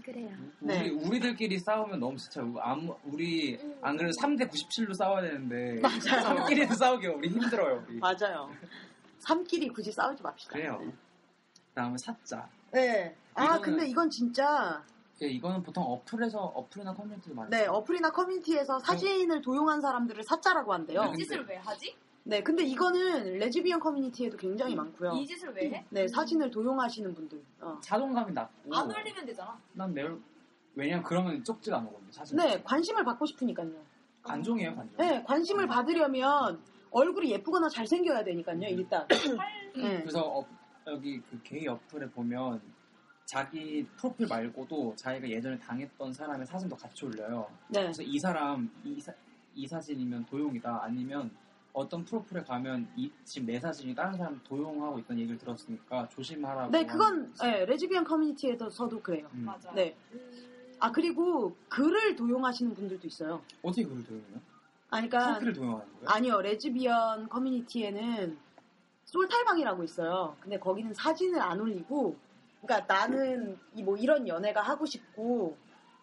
그래요.
네.
우리 우리들끼리 싸우면 너무 지쳐요. 아무 우리
음.
안 그래도 3대 97로 싸워야 되는데 서로끼리도 싸우기 우리 힘들어요. 우리.
맞아요. 삼끼리 굳이 싸우지 맙시다.
그래요. 다음에 사자.
네. 아,
이거는-
근데 이건 진짜,
예, 이거는 보통 어플에서 어플이나 커뮤니티도 많이.
네, 어플이나 커뮤니티에서 사진을 도용한 사람들을 사짜라고 한대요.
이 짓을 왜 하지?
네, 근데 이거는 레즈비언 커뮤니티에도 굉장히
어.
많고요.
이 짓을 왜 해?
네, 사진을 도용하시는 분들. 어.
자존감이 낮고.
안 올리면 되잖아.
난 내일 왜냐면 그러면 쪽지가 안 오거든요. 사실.
네, 관심을 받고 싶으니까요.
관종이에요, 관종.
네, 관심을 받으려면 얼굴이 예쁘거나 잘생겨야 되니까요, 일단. 네.
그래서 어- 여기 그 게이 어플에 보면 자기 프로필 말고도 자기가 예전에 당했던 사람의 사진도 같이 올려요.
네.
그래서 이 사람 이, 사, 이 사진이면 도용이다 아니면 어떤 프로필에 가면 이, 지금 내 사진이 다른 사람 도용하고 있다는 얘기를 들었으니까 조심하라고.
네, 그건
하는
네, 레즈비언 커뮤니티에서도 그래요.
음.
맞아.
네. 아, 그리고 글을 도용하시는 분들도 있어요.
어떻게 그걸 도용해요?
아, 그러니까
프로필을 도용하는 거예요?
아니요, 레즈비언 커뮤니티에는 솔탈방이라고 있어요. 근데 거기는 사진을 안 올리고, 그러니까 나는 이 뭐 이런 연애가 하고 싶고,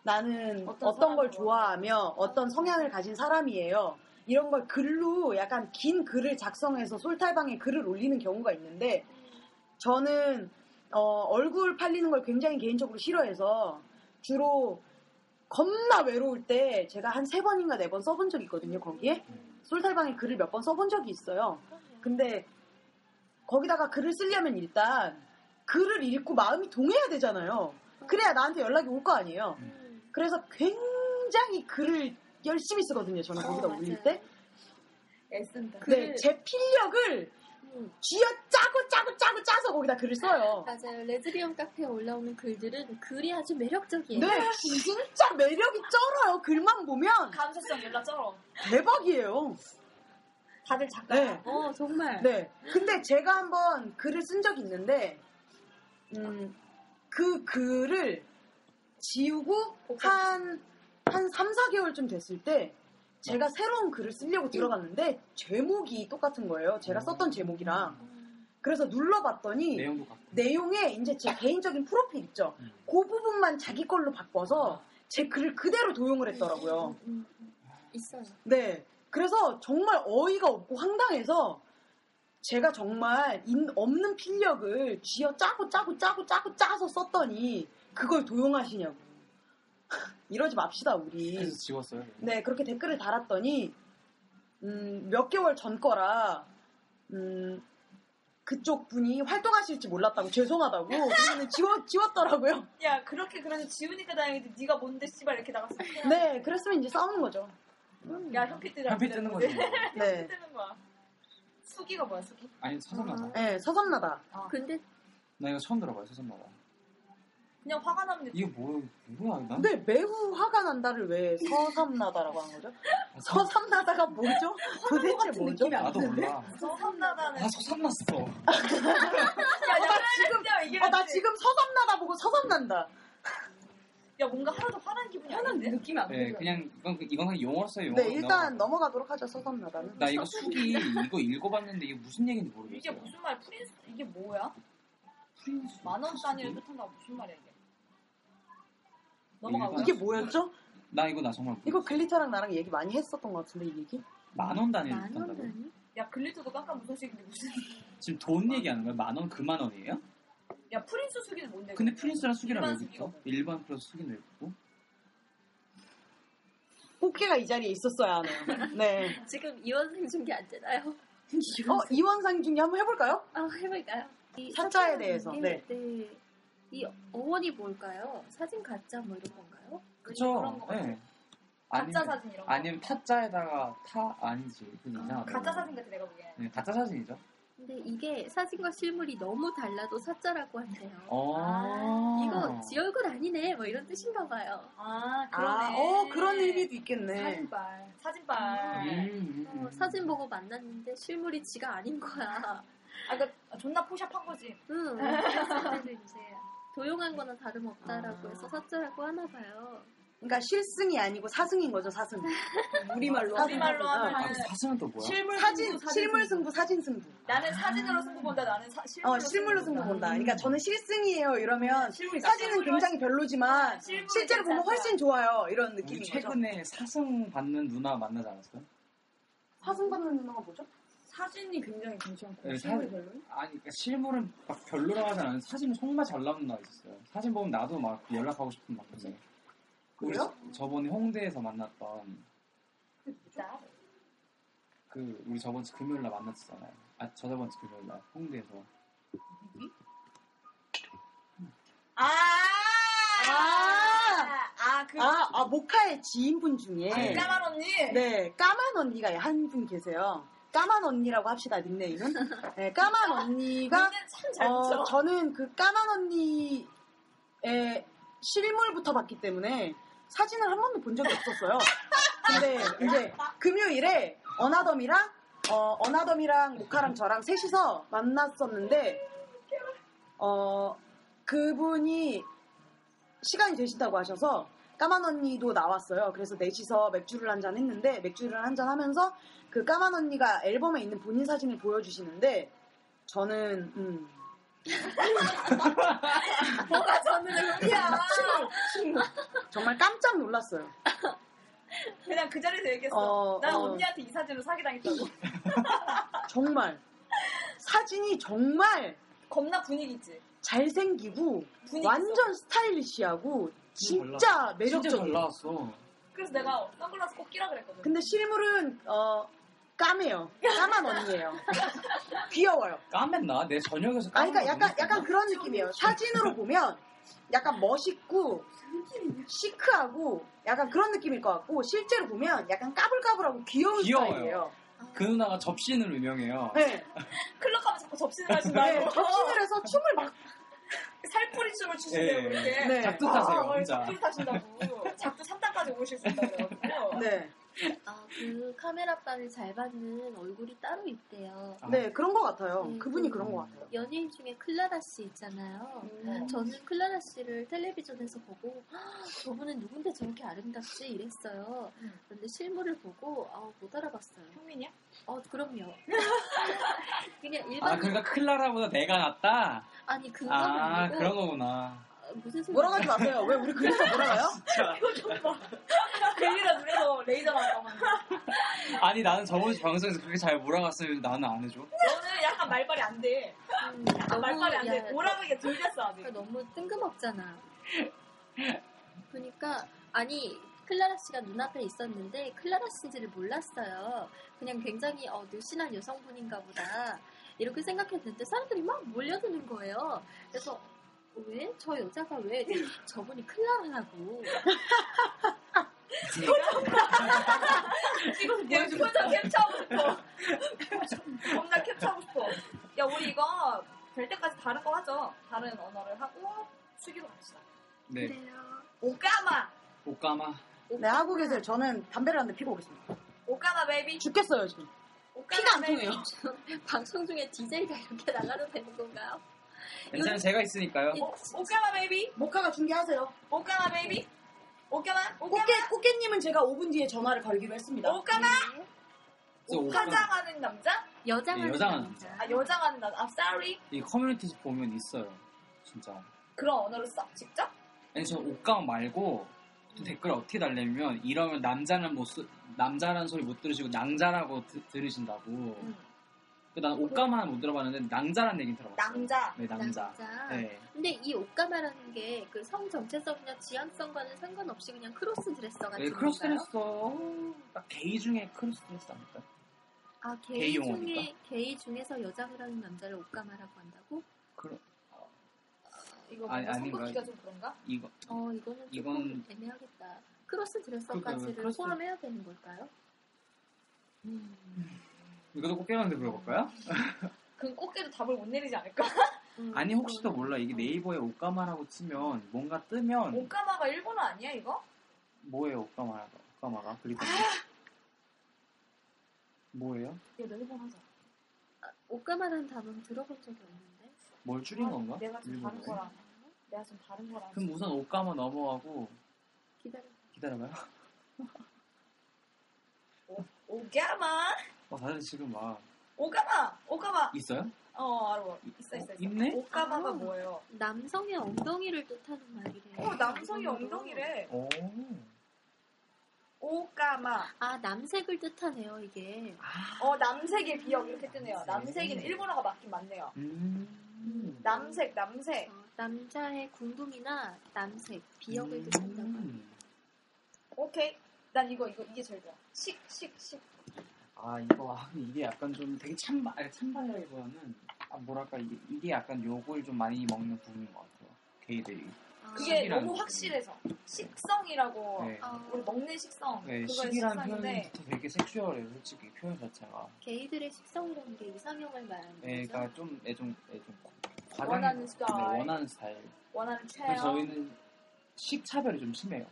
나는
어떤
어떤, 걸
사람을
좋아하며 어떤 성향을 가진 사람이에요. 이런 걸 글로 약간 긴 글을 작성해서 솔탈방에 글을 올리는 경우가 있는데, 저는 어, 얼굴 팔리는 걸 굉장히 개인적으로 싫어해서 주로 겁나 외로울 때 제가 한 세 번인가 네 번 써본 적이 있거든요, 거기에. 솔탈방에 글을 몇 번 써본 적이 있어요. 근데 거기다가 글을 쓰려면 일단 글을 읽고 마음이 동해야 되잖아요. 그래야 나한테 연락이 올 거 아니에요.
음,
그래서 굉장히 글을 열심히 쓰거든요, 저는 거기다
맞아요.
올릴 때.
애쓴다.
네, 제 필력을
음.
쥐어 짜고 짜고 짜고 짜서 거기다 글을 써요.
맞아요. 레즈비언 카페에 올라오는 글들은 글이 아주 매력적이에요.
네, 진짜 매력이 쩔어요. 글만 보면
감수성 연락 쩔어.
대박이에요.
다들 작가.
네.
어, 정말.
네. 근데 제가 한번 글을 쓴 적이 있는데, 음, 그 글을 지우고 한, 한 3, 4개월쯤 됐을 때, 제가 새로운 글을 쓰려고 들어갔는데, 제목이 똑같은 거예요. 제가 썼던 제목이랑. 그래서 눌러봤더니,
음. 내용도 같고.
내용에 이제 제 개인적인 프로필 있죠.
음.
그 부분만 자기 걸로 바꿔서, 제 글을 그대로 도용을 했더라고요.
음, 음. 있어요.
네. 그래서 정말 어이가 없고 황당해서 제가 정말 인- 없는 필력을 쥐어 짜고 짜고 짜고 짜고 짜서 썼더니 그걸 도용하시냐고. 이러지 맙시다, 우리.
그래서 지웠어요.
네, 그렇게 댓글을 달았더니, 음, 몇 개월 전 거라, 음, 그쪽 분이 활동하실지 몰랐다고 죄송하다고 그러면 지워, 지웠더라고요.
야 그렇게 그래서 지우니까 다행이지. 네가 뭔데 씨발 이렇게 나갔어.
네, 그랬으면 이제 싸우는 거죠.
야 현피 뜨라.
현피 뜨는 거지. 뭐.
네,
뜨는 거야. 수기가 뭐야 수기?
아니 서선마다.
네 서선나다.
근데
나 이거 처음 들어봐요, 서선마다.
그냥 화가 나면
이게 뭐 뭐야? 난
근데 매우 화가 난다를 왜 서삼나다라고 한 거죠? 서삼나다가 뭐죠? 도대체 뭐죠?
아, 나도 몰라.
서선나다는.
나 서선났어.
야나 지금 이게
어, 나 지금 서삼나다 보고 서삼난다.
야 뭔가 하나도 화난 기분이 아닌데? 느낌이 안
네, 그냥 이건 이건 그냥 용어로서의 용어.
네, 일단 넘어가도록 하죠, 서삼나다는.
뭐, 나 이거 수기 이거 읽어봤는데 이게 무슨 얘기인지 모르겠어.
이게 무슨 말 프린스 이게 뭐야? 만원 단위를 뜻한다 무슨 말이야 이게? 넘어가고
이게 뭐였죠?
나 이거 나 정말
이거 글리터랑 나랑 얘기 많이 했었던 것 같은데, 이 얘기?
만원 단위로
만 원
한다고.
단위?
야 글리터도 깜깜 무소식인데 무슨
지금 돈 얘기하는 거야? 만원 그만 원이에요?
야 프린스 수기는 뭔데?
근데
그거?
프린스랑 수기랑 왜 그렇죠?
일반
붙어?
수기가
일반 플러스 수기는 왜 붙고?
꽃게가 이 자리에 있었어야 하네요. 네.
지금 이원생 중계 안 되나요?
어, 이원상 중에 한번 해볼까요?
아, 해볼까요? 이
사자에
사자라는
대해서,
게,
네.
네. 이 어원이 뭘까요? 사진 가짜 뭐 이런 건가요?
그런 거
그쵸?
같아.
예.
가짜
아니면
사진 이런 거.
아니면 타짜에다가 타 아니지. 그건 이상하다.
가짜 사진 같아 내가 보기엔.
네, 가짜 사진이죠.
근데 이게 사진과 실물이 너무 달라도 사자라고 한대요.
어.
아,
음.
이거 지 얼굴 아니네 뭐 이런 뜻인가 봐요.
아
아,
그러네.
어, 그런 의미도 있겠네.
사진발. 사진발.
음, 음,
어, 사진 보고 만났는데 실물이 지가 아닌 거야.
아, 그, 존나 그러니까 포샵한 거지.
응. 그래서 그때도 이제 도용한 거나 다름없다라고
아.
해서 사자라고 하나 봐요.
그러니까 실승이 아니고 사승인 거죠 사승. 우리말로 사승.
우리말로
어.
하면
아, 그 사슴은 또 뭐야?
실물
사진
승부,
실물 승부 사진 승부.
나는 사진으로 승부 본다. 나는 사, 실물로,
어 실물로 승부 본다. 그러니까 저는 실승이에요 이러면
음. 실물
사진은 굉장히 별로지만
실물은
실제로 보면
괜찮다.
훨씬 좋아요 이런
우리
느낌인 거죠.
최근에 사슴 받는 누나 만나지 않았어요?
사슴 받는 누나가 뭐죠?
사진이 굉장히 괜찮고
네,
실물이
사진-
별로.
아니 그러니까 실물은 막 별로라고 하진 않았는데 사진은 정말 잘 나온 누나 있었어요. 사진 보면 나도 막 연락하고 싶은 막 그지. 우리
그래요?
저번에 홍대에서 만났던
있다.
그 우리 저번 주 금요일 날 만났었잖아요. 아 저저번 주 금요일 날 홍대에서
아!
아!
아, 그
아, 아 모카의 지인분 중에
네.
까만 언니.
네 까만 언니가 한 분 계세요. 까만 언니라고 합시다 닉네임은. 네 까만 언니가
언니는 참잘 붙여.
어, 저는 그 까만 언니의 실물부터 봤기 때문에 사진을 한 번도 본 적이 없었어요. 근데 이제 금요일에 어나덤이랑 어, 어나덤이랑 모카랑 저랑 셋이서 만났었는데 어 그분이 시간이 되신다고 하셔서 까만 언니도 나왔어요. 그래서 넷이서 맥주를 한잔 했는데 맥주를 한잔 하면서 그 까만 언니가 앨범에 있는 본인 사진을 보여주시는데 저는 음,
뭐가 저는 의미야.
정말 깜짝 놀랐어요.
그냥 그 자리에서 얘기했어.
어,
난
어.
언니한테 이 사진으로 사기당했다고.
정말 사진이 정말
겁나 분위기 있지.
잘생기고
분위기 있어.
완전 스타일리시하고 진짜
진짜 잘
매력적인.
나왔어.
그래서 내가 선글라스 꼭 끼라 그랬거든.
근데 실물은 어 까매요. 까만 언니예요. 귀여워요.
까맸나? 내 저녁에서
아,
까맸나?
그러니까 약간 약간 그런 느낌이에요. 사진으로 보면 약간 멋있고 시크하고 약간 그런 느낌일 것 같고 실제로 보면 약간 까불까불하고 귀여운
귀여워요.
스타일이에요.
그 누나가 접신을 유명해요.
네,
클럽 가면 자꾸 접신을
네,
하신다고.
접신을 해서 춤을 막
살풀이 춤을 추시네요,
예.
이렇게.
네.
작두 타세요,
아,
혼자.
그
작두 타신다고. 작두 3단까지 오실 수 있다고 그래가지고.
네.
아, 그 카메라빨을 잘 받는 얼굴이 따로 있대요.
아,
네, 그런 것 같아요.
음.
그분이 그런 것 같아요.
연예인 중에 클라라 씨 있잖아요.
음.
저는 클라라 씨를 텔레비전에서 보고 "아, 저분은 누군데 저렇게 아름답지 이랬어요.
음.
그런데 실물을 보고 아, 못 알아봤어요.
형민이야?
어 그럼요. 그냥
아
일반 인
그러니까 클라라보다 내가 낫다.
아니 그건
아
아니고
그런 거구나.
어, 무슨 소리
뭐라고 하지 마세요. 왜 우리 그래서 뭐라고요?
이거 좀 봐. 벨리라 눈에서 레이저 나왔다고 하는 거.
아니 나는 저번 주 방송에서 그렇게 잘 몰아갔어요. 나는 안 해줘.
너는 약간 말발이 안 돼.
음,
약간 말발이 안
야,
돼. 뭐라고 이게 들렸어, 아직.
그러니까 너무 뜬금없잖아. 그러니까 아니 클라라 씨가 눈앞에 있었는데 클라라 씨인지를 몰랐어요. 그냥 굉장히 어, 늘씬한 여성분인가 보다 이렇게 생각했는데 사람들이 막 몰려드는 거예요. 그래서 왜? 저 여자가 왜? 저분이 클라라라고.
지금 내 표정 뭐 캡처하고 싶어. 겁나 캡처하고 싶어. 야, 우리 이거 될 때까지 다른 거 하죠. 다른 언어를 하고 수기로 갑시다.
네.
오까마!
오까마.
네, 하고 계세요. 저는 담배를 한 대 피고 오겠습니다.
오까마 베이비!
죽겠어요, 지금.
오까마
피가 안
베이비.
통해요.
방송 중에 DJ가 이렇게 나가도 되는 건가요?
괜찮아요. 제가 있으니까요. 예,
이거
어, 오- 오까마 베이비!
모카가 준비하세요.
오까마 베이비! 오까마! 오까마!
꽃게, 꽃게님은 제가 5분 뒤에 전화를 걸기로 했습니다.
오까마!
저 오까마.
화장하는 남자?
여장하는
네, 여장하는
남자.
아, 여장하는 남자. 아, sorry.
이 커뮤니티 보면 있어요. 진짜.
그런 언어를 써? 직접?
아니 저 옷감 말고 또 댓글 어떻게 달냐면 이러면 남자는 못 쓰, 남자라는 소리 못 들으시고 낭자라고 드- 들으신다고.
음.
그 난 옷감만 못 들어봤는데 낭자라는 얘기 들어봤어요.
낭자.
네 낭자.
남자.
네.
근데 이 옷가마라는 게 그 성 정체성이나 지향성과는 상관없이 그냥 크로스 드레서 같은
아,
네, 크로스
건가요?
드레스. 딱 게이 중에 크로스 드레스 아닐까?
아
게이
게이 중에
용어니까?
게이 중에서 여장을 하는 남자를 옷가마라고 한다고?
이거
아니,
뭔가
아닌가요?
성격기가 좀 그런가?
이거
어 이거는 조금
이건-
애매하겠다. 크로스 드레서까지를
그러니까 크로스-
포함해야 되는 걸까요? 음,
이것도 꼭 깨는데 물어볼까요?
그럼 꽃게도 답을 못 내리지 않을까?
음,
아니 혹시 또
이거는-
몰라 이게 네이버에 옷가마라고 치면 뭔가 뜨면
오까마가 일본어 아니야, 이거?
뭐예요 옷가마라고 옷가마가 그리고 뭐예요?
이거 일본 하자.
아, 옷가마라는 단어는 들어본 적이 없는데.
뭘 줄인 건가?
아, 내가 지금 다른
일본어에?
거랑 내가 좀 다른 거랑.
그럼 우선 옷감아 넘어가고
기다려.
기다려봐요.
오가마,
어, 다들 지금 막
오가마, 오가마.
있어요?
어 알아. 있어 있어
어,
있어.
있네?
오가마가
아.
뭐예요?
남성의 엉덩이를 뜻하는 말이래요.
어 남성이 엉덩이래.
오.
오가마.
아, 남색을 뜻하네요, 이게.
아.
어 남색의 비역 이렇게 뜨네요. 남색이는 일본어가 맞긴 맞네요.
음.
남색 남색.
어, 남자의 궁둥이나 남색, 비역을
음.
뜻한다고 합니다.
오케이. 난 이거 이거 이게 제일 좋아. 식식식
아 이거 아, 이게 약간 좀 되게 찬발 아니, 찬발라기보다는 아, 뭐랄까 이게, 이게 약간 요걸 좀 많이 먹는 부분인 것 같아요. 게이들이.
아,
그게
식이라는
너무
거.
확실해서 식성이라고
네.
아,
우리 먹는 식성
네,
그거의
식이라는 표현이
식성인데
되게 섹슈얼해요, 솔직히 표현 자체가.
게이들의 식성이라는 게 이상형을 말하는 거죠.
네, 애가 좀 애좀 네, 애좀 과장.
원하는 스타일.
네, 원하는 스타일.
원하는
그래서
체형
저희는 식 차별이 좀 심해요.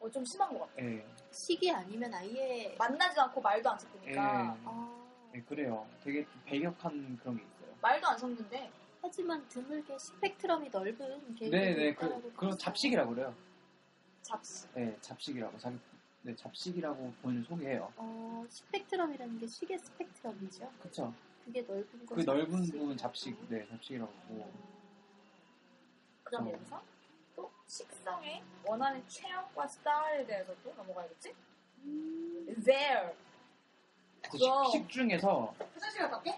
어, 좀 심한 것 같아.
예.
식이 아니면 아예
만나지도 않고 말도 안
예.
섞으니까
어,
예, 그래요. 되게 배격한 그런 게 있어요.
말도 안 섞는데
하지만 드물게 스펙트럼이 넓은 게이들이
네네
있다라고
그 그런
들었어요.
잡식이라고 그래요.
잡식
네 잡식이라고 자기 네 잡식이라고 본인 소개해요.
어, 스펙트럼이라는 게 식의 스펙트럼이죠.
그쵸?
그게 넓은 거.
그 넓은 부분 잡식 네 잡식이라고 보고
그러면서 또 식성의 원하는 체형과 스타일에 대해서 또 넘어가야겠지? 음. There
그
그럼.
식, 식 중에서
화장실 갔다 올게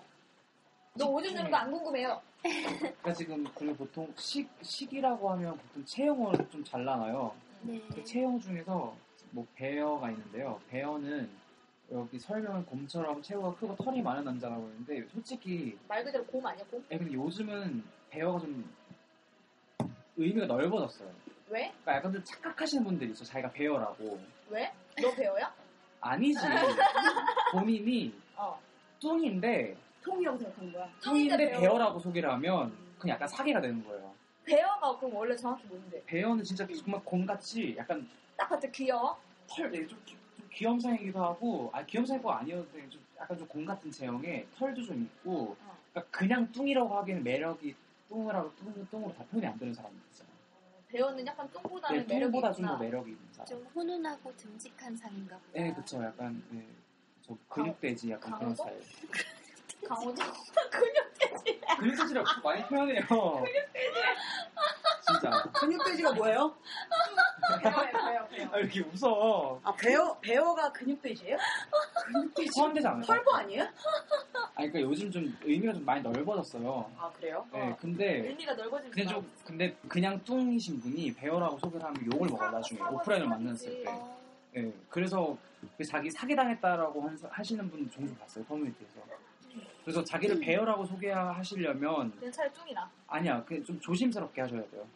너 오줌 누는 거 안 궁금해요
그러니까 지금 그리고 보통 식 식이라고 하면 보통 체형으로 좀 잘라놔요.
네.
그 체형 중에서 뭐 베어가 있는데요. 베어는 여기 설명은 곰처럼 체구가 크고 털이 많은 남자라고 하는데 솔직히
말 그대로 곰 아니야 곰?
예, 근데 요즘은 베어가 좀 의미가 넓어졌어요.
왜?
그러니까 약간 좀 착각하시는 분들이 있어. 자기가 배어라고.
왜? 너 배워요?
아니지. 본인이
어
뚱인데
통이라고 생각하는 거야.
뚱인데
배어.
배어라고 음. 소개를 하면 그냥 약간 사기가 되는 거예요.
배어가 그럼 원래 정확히 뭔데?
배어는 진짜 정말 곰같이 약간
딱 봤을 때 귀여워?
털 되게 좀, 귀- 좀 귀염상이기도 하고 아 귀염상이가 아니어도 되게 좀 약간 좀 곰 같은 체형에 털도 좀 있고
어.
그러니까 그냥 뚱이라고 하기에는 매력이 뚱으로 뚱, 뚱으로 다 표현이 안 되는 사람이 있잖아요.
배어는 약간
네,
똥보다는 아, 매력이
뚱보다 좀
있구나.
더 매력이 있는 사람.
좀 훈훈하고 듬직한 상인가 보다.
네, 그쵸. 약간 네, 저 근육돼지 약간 그런
강호동?
스타일.
강호동 근육
근육돼지라고 많이 표현해요. 진짜.
근육돼지가 뭐예요?
배어예요 배어 배어
아, 이렇게 웃어.
아, 배어, 배어가 근육돼지예요?
포함되지 않아요?
털보 아니에요?
아니, 그러니까 요즘 좀 의미가 좀 많이 넓어졌어요.
아, 그래요?
네, 근데
의미가 넓어지는
근데 좀 근데 그냥 뚱이신 분이 배어라고 소개를 하면 욕을 먹어 나중에 오프라인을 만났을 때.
어,
네, 그래서 그 자기 사기당했다라고 한- 하시는 분 종종 봤어요 커뮤니티에서. 그래서 자기를 배어라고 소개하시려면
내 차라리 뚱이나
아니야, 그 좀 조심스럽게 하셔야 돼요.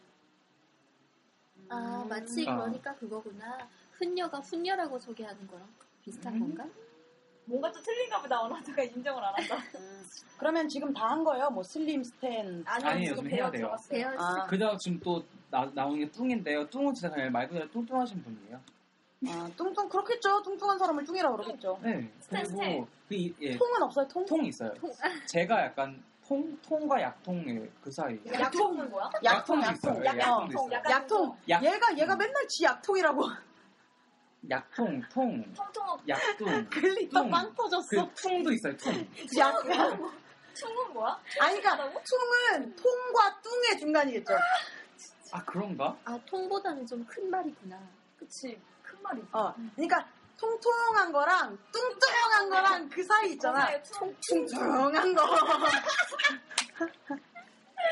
아, 마치
아.
그러니까 그거구나. 훈녀가 훈녀라고 소개하는 거랑 비슷한
음.
건가?
뭔가 또 틀린가 보다 언어가 인정을 안 한다
그러면 지금 다 한 거예요? 뭐, 슬림, 스탠.
아니에요,
지금
좀
배어
해야 돼요.
들어갔어요.
배어
아,
그다음 지금 또 나, 나오는 게 뚱인데요. 뚱은 진짜 그냥 말 그대로 뚱뚱하신 분이에요.
아, 뚱뚱, 그렇겠죠. 뚱뚱한 사람을 뚱이라고 그러겠죠.
네.
스탠, 스탠.
그리고 그 이- 예,
통은 없어요, 통?
통 있어요. 제가 약간 통 통과 약통의 그 사이.
약통은 뭐야?
약통,
약통도
약통.
있어요. 네, 예, 약통도
약통.
있어요.
약간
약통.
약-
얘가, 얘가 맨날 지 약통이라고.
약통, 통,
통통은
약통.
글리터
통.
빵 터졌어.
그 통도 있어요. 통.
지 약통.
퉁은 뭐야?
아니, 그러니까 퉁은 통과 뚱의 중간이겠죠.
아 그런가?
아, 통보다는 좀 큰 말이구나.
그치 큰 말이지
어, 그러니까 통통한 거랑 뚱뚱한 거랑 그 사이 있잖아.
뭔가요? 퉁
퉁퉁한 거.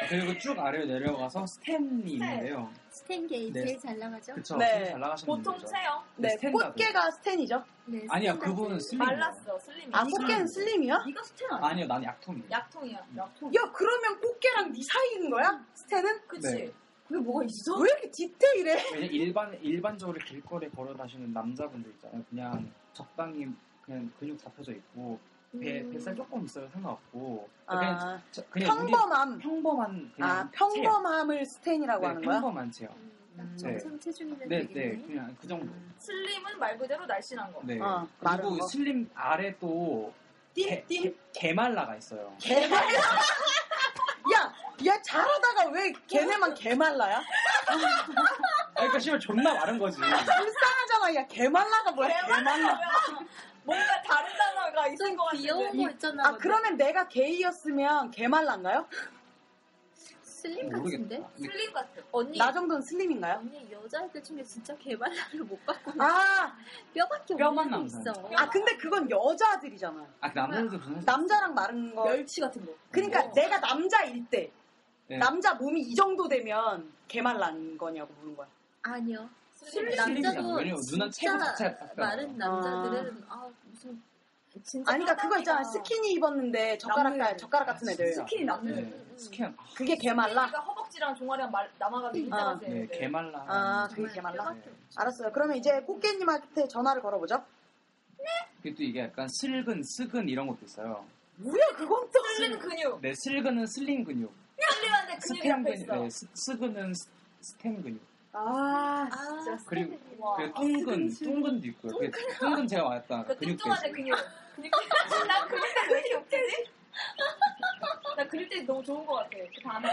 그리고 쭉 아래로 내려가서 스탠이 있는데요.
스탠게이
네.
제일 잘 나가죠?
그쵸?
네.
되게 잘 나가시는
보통
분이죠.
체형
네,
스탠다드.
꽃게가 스탠이죠.
네,
아니야,
스탠다드.
그분은 슬림.
말랐어 슬림이
아, 꽃게는 슬림이야?
이거 스탠 아니야?
아니요, 난 약통이에요.
약통이야
음.
약통
야, 그러면 꽃게랑 네 사이인 거야? 스탠은?
그치
네.
그게 뭐가 있어? 왜 이렇게 디테일해?
왜냐 일반 일반적으로 길거리 걸어 다니는 남자분들 있잖아요. 그냥 적당히 그냥 근육 잡혀져 있고 배
음.
뱃살 조금 있어요 상관없고 그냥
아,
저- 그냥 우리
평범함.
평범한 그냥
아,
체형.
평범함을 스탠이라고
네,
하는 거야?
평범한 체형.
음,
음.
딱 정상 체중이면
네,
되겠네.
네, 그냥 그 정도.
슬림은 말 그대로 날씬한 거
네.
어, 마른
그리고
거.
슬림 아래 또 개,
띠, 띠.
개- 개말라가 있어요.
개발. 야, 얘 잘하다가 왜 걔네만 개말라야?
그러니까 씨발 존나 마른 거지.
불쌍하잖아. 야 개말라가 뭐야? 개말라.
뭔가 다른 단어가 있을 것
좀
같은데.
귀여운 거 있잖아.
아 그러면 내가 게이였으면 개말란가요?
슬림 같은데?
모르겠다. 근데
슬림 같아.
언니,
나 정도는 슬림인가요?
언니 여자애들 중에 진짜 개발라를 못 봤구나.
아,
뼈밖에 없는
뼈만
애
남잖아.
있어.
아 근데 그건 여자들이잖아요.
아, 남자들도 그런
남자랑 마른 거.
멸치 같은 거.
그러니까
어.
내가 남자일 때
네.
남자 몸이 이 정도 되면 개말란 거냐고 물은 거야.
아니요.
슬림.
슬림이잖아.
남자도
왜냐면 누나 체구 자체가
진짜
작잖아.
마른 남자들은 아 무슨 진짜
아니, 그러니까 그거 있잖아.
까마귀가.
스키니 입었는데 젓가락,
남들.
가- 젓가락 같은 애들.
스킨이 남는
네,
음, 음.
스키한.
그게 개말라?
그러니까 허벅지랑 종아리랑 말, 남아가는
아.
힘나가지.
네, 개말라. 네.
아, 그게
정말
개말라?
뼈밖에 없어.
알았어요. 그러면 이제 꽃게님한테 전화를 걸어보죠.
그게 또 이게 약간 슬근, 스근 이런 것도 있어요.
뭐야, 그건 또.
슬림 근육.
네, 슬근은 슬림 근육.
슬림한데 근육이
스템
앞에
근육.
있어.
네, 스, 스근은 스, 스템 근육.
아,
아, 진짜
그리고
와.
그 뚱근, 뚱근도 있고요. 그 뚱근 제가 왔다.
그
근육도
뚱뚱한데
있어요.
근육. 근육. 나 그릴 때 왜 이렇게 웃기지? 나 그릴 때 너무 좋은 것 같아. 그 다음에.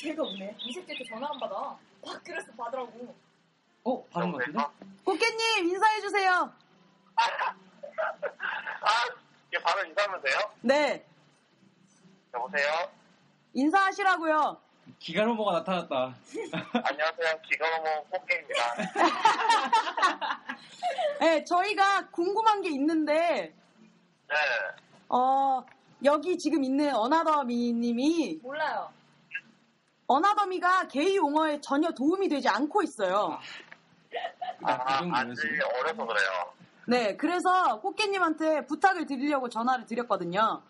제가 없네. 이색제 때 전화 안 받아. 막 그래서 받으라고.
어? 바른 것 같은데?
꽃게님, 인사해주세요.
이게 바로 인사하면 돼요?
네,
여보세요?
인사하시라고요.
기가로모가 나타났다.
안녕하세요. 기가오모 꽃게입니다.
네, 저희가 궁금한 게 있는데,
네.
어, 여기 지금 있는 어나더미님이,
몰라요.
어나더미가 게이 용어에 전혀 도움이 되지 않고 있어요.
아,
그 정도예요,
아직
지금.
어려서 그래요.
네, 그래서 꽃게님한테 부탁을 드리려고 전화를 드렸거든요.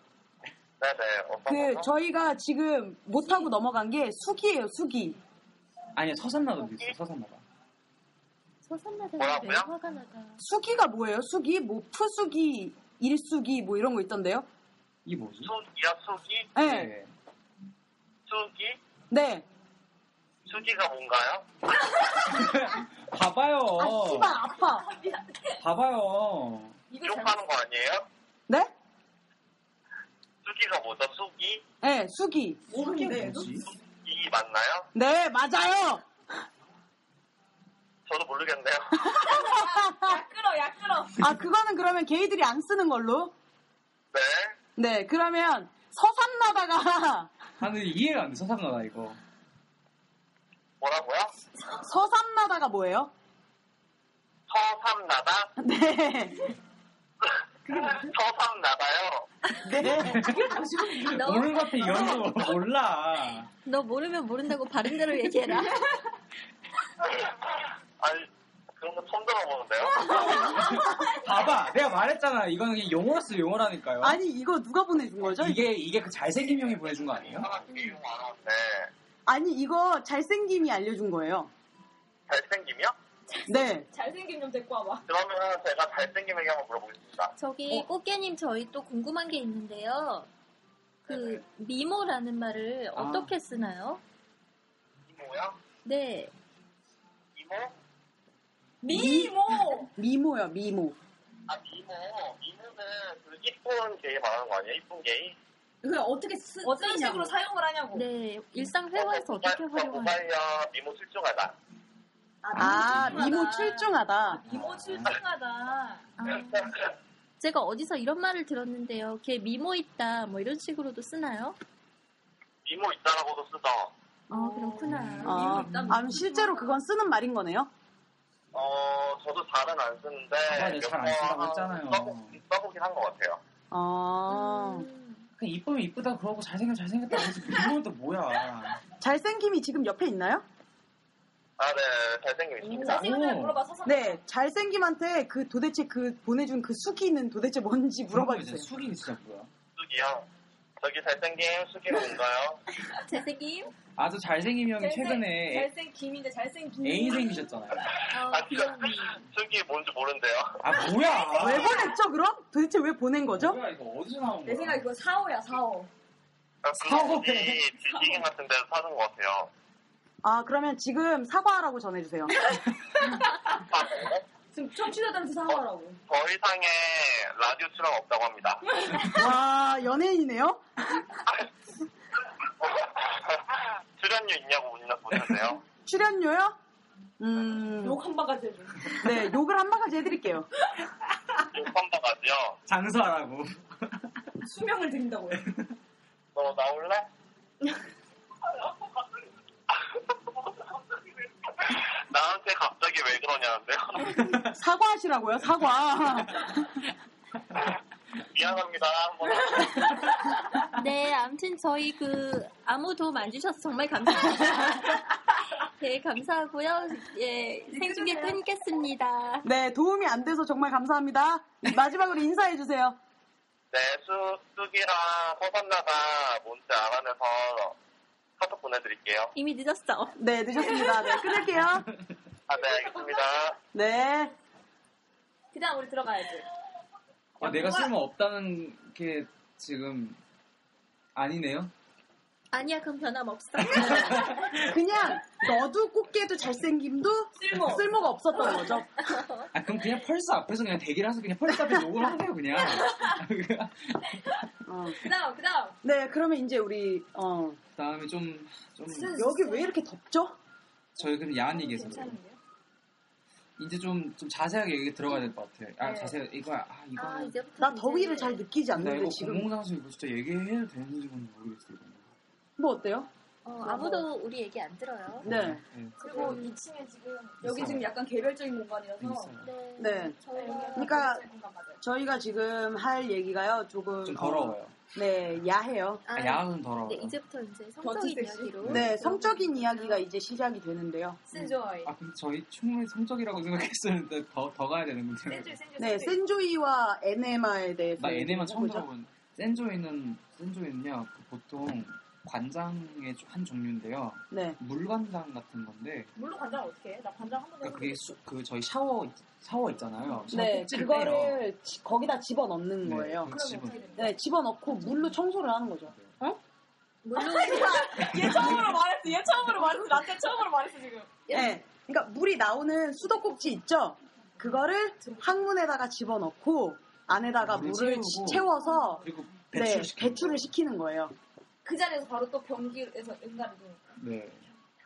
네네. 어떤 뭐
그
거죠?
저희가 지금 못 하고 넘어간 게 숙이에요, 숙이.
아니야, 서산나도 있어, 서산나가.
서산나다가
뭐라고요?
왜 화가 나다.
숙이가 뭐예요? 숙이 뭐 푸숙이, 일숙이 뭐 이런 거 있던데요?
이게 뭐지? 예.
수기야, 수기?
네,
수기?
네.
수기가 뭔가요?
봐봐요.
아 씨발 아파.
봐봐요.
이거 잘못.
욕하는 거 아니에요?
네?
수기가 뭐죠? 수기?
네, 숙이.
이게 뭐지?
이 맞나요?
네, 맞아요.
저도 모르겠네요.
야 끌어, 야 끌어.
아 그거는 그러면 게이들이 안 쓰는 걸로.
네.
네, 그러면 서삼나다가
나는 아, 이해가 안 돼, 서산나가 이거.
뭐라고요?
서삼나다가 뭐예요?
서삼나다?
네.
서삼나다요?
네.
너,
모르는 것 같아, 이런 거. 몰라.
너 모르면 모른다고 바른대로 얘기해라.
아니, 그런 거 처음 들어보는데요?
봐봐, 내가 말했잖아. 이거는 그냥 용어로 쓰 용어라니까요.
아니 이거 누가 보내준 거죠?
이게, 이게 그 잘생긴 형이 보내준 거 아니에요?
사람 이용 안 하는데.
아니 이거 잘생김이 알려준 거예요.
잘생김이요?
네.
잘생긴 좀 데리고 와봐.
그러면 제가 잘생김에게 한번 물어보겠습니다.
저기 꽃게님 저희 또 궁금한 게 있는데요. 그 미모라는 말을
아.
어떻게 쓰나요?
이모요?
네,
이모?
미모!
미모요, 미모.
아 미모 미모는 그 이쁜 게이 말하는 거 아니에요? 이쁜 게이?
그 어떻게 쓰,
어떤 식으로 사용을 하냐고.
네 일상 회화에서 어떻게 활용하나요?
모발이야 미모 실종하다.
아, 미모 출중하다.
아.
미모 출중하다.
아, 제가 어디서 이런 말을 들었는데요. 걔 미모 있다 뭐 이런 식으로도 쓰나요?
미모 있다라고도 쓰죠.
아 그렇구나.
아, 아, 실제로 그건 쓰는 말인 거네요?
어 저도 잘은 안 쓰는데
아, 네, 잘안 쓰라고
몇
했잖아요.
써보- 써보긴 한 것 같아요.
어,
음.
그냥 이쁘면 이쁘다 그러고 잘생기면 잘생겼다 그러지. 이건 또 뭐야.
잘생김이 지금 옆에 있나요?
아네 잘생김 있습니다.
잘생긴 좀
오.
물어봐, 서서.
네, 잘생김한테 그 도대체 그 보내준 그 숙이는 도대체 뭔지 물어봐
음, 이제
주세요.
숙이 진짜 뭐야.
수기요. 저기 잘생김 수기 뭔가요?
잘생김?
아, 저 잘생긴 형이
잘생-
최근에
잘생 김인데 어, 잘생긴.
애인 생기셨잖아요.
아 귀여운.
수기 뭔지 모른대요.
아, 뭐야.
왜 보냈죠, 그럼? 도대체 왜 보낸 거죠?
뭐야, 이거 어디서 나온 거야?
내 생각에 그거 사오야, 사오.
그거 혹시 지식인 같은 데서 사는 것 같아요.
아, 그러면 지금 사과하라고 전해주세요.
지금 청취자들한테 사오라고.
더 이상의 라디오 출연 없다고 합니다.
와, 연예인이네요?
출연료 있냐고 묻는- 묻는데요.
출연료요? 음,
욕 한 바가지 해줘.
네, 욕을 한 바가지 해드릴게요.
컴버가지요.
장사라고.
수명을 드린다고요.
너 나올래? 나한테 갑자기 왜 그러냐는데요.
사과하시라고요, 사과.
미안합니다. 한번
네, 아무튼 저희 그 아무 도움 안 주셔서 정말 감사합니다. 네, 감사하고요. 예, 생중계 끊겠습니다.
네, 도움이 안 돼서 정말 감사합니다. 마지막으로 인사해주세요.
네, 수, 쑥이랑 서산나가 뭔지 알아내서 카톡 보내드릴게요.
이미 늦었어.
네, 늦었습니다. 네, 끊을게요.
아, 네, 알겠습니다.
네.
그다음 우리 들어가야지.
아, 내가 쓸모 없다는 게 지금 아니네요.
아니야, 그럼 변함없어.
그냥 너도 꽃게도 잘생김도
쓸모.
쓸모가 없었던 거죠.
아 그럼 그냥 펄스 앞에서 그냥 대기를 해서 그냥 펄스 앞에 욕을 하세요 그냥.
어.
그다음 그다음.
네, 그러면 이제 우리 어,
그다음에 좀 좀
여기 왜 이렇게 덥죠?
저희 그럼 야한 얘기해서 그래요. 이제 좀 좀 자세하게 얘기 들어가야 될 것 같아요. 아
네.
자세 이거 아 이거
아, 이제부터.
나
이제-
더위를 잘 느끼지
나
않는데
이거
지금
네, 뭐 공공장소 이거 진짜 얘기해도 되는지 모르겠어요. 이거는.
뭐 어때요?
어, 아무도 우리 얘기 안 들어요.
네.
네.
그리고 2층에 지금 여기 지금 약간 개별적인 공간이라서
있어요.
네.
네. 그러니까 저희가 지금 할 얘기가요. 조금
좀
어,
더러워요.
네, 야해요.
아,
아, 야한 더러워요.
네, 이제부터 이제 성적인
섹시.
이야기로.
음.
네, 성적인 이야기가 이제 시작이 되는데요.
센조이.
아 근데 저희 충분히 성적이라고 생각했었는데 더 더 가야 되는군요.
센조 센조.
네,
센조.
센조이와 에네마에 대해서
나 얘네만 아, 처음
해보죠.
들어본 센조이는 센조이는요 그 보통 관장의 한 종류인데요
네.
물관장 같은 건데
물로 관장 어떻게 해? 나 관장 한 번도
그러니까 그게 수- 그 저희 샤워 샤워 있잖아요 샤워
네,
꼭지를 빼요.
그거를 지- 거기다 집어넣는
네,
거예요.
그
그러면
집은.
어떻게 되는 거야?
네, 집어넣고 물로 청소를 하는 거죠.
물론
얘 처음으로 말했어. 얘 처음으로 말했어. 나한테 예. 처음으로 말했어 지금.
네. 그러니까 물이 나오는 수도꼭지 있죠? 그거를 항문에다가 집어넣고 안에다가
물을
물을
채우고.
채워서
그리고
네,
배출 시켜.
배출을 시키는 거예요.
그 자리에서 바로 또 변기에서 응가를 넣는 거야.
네.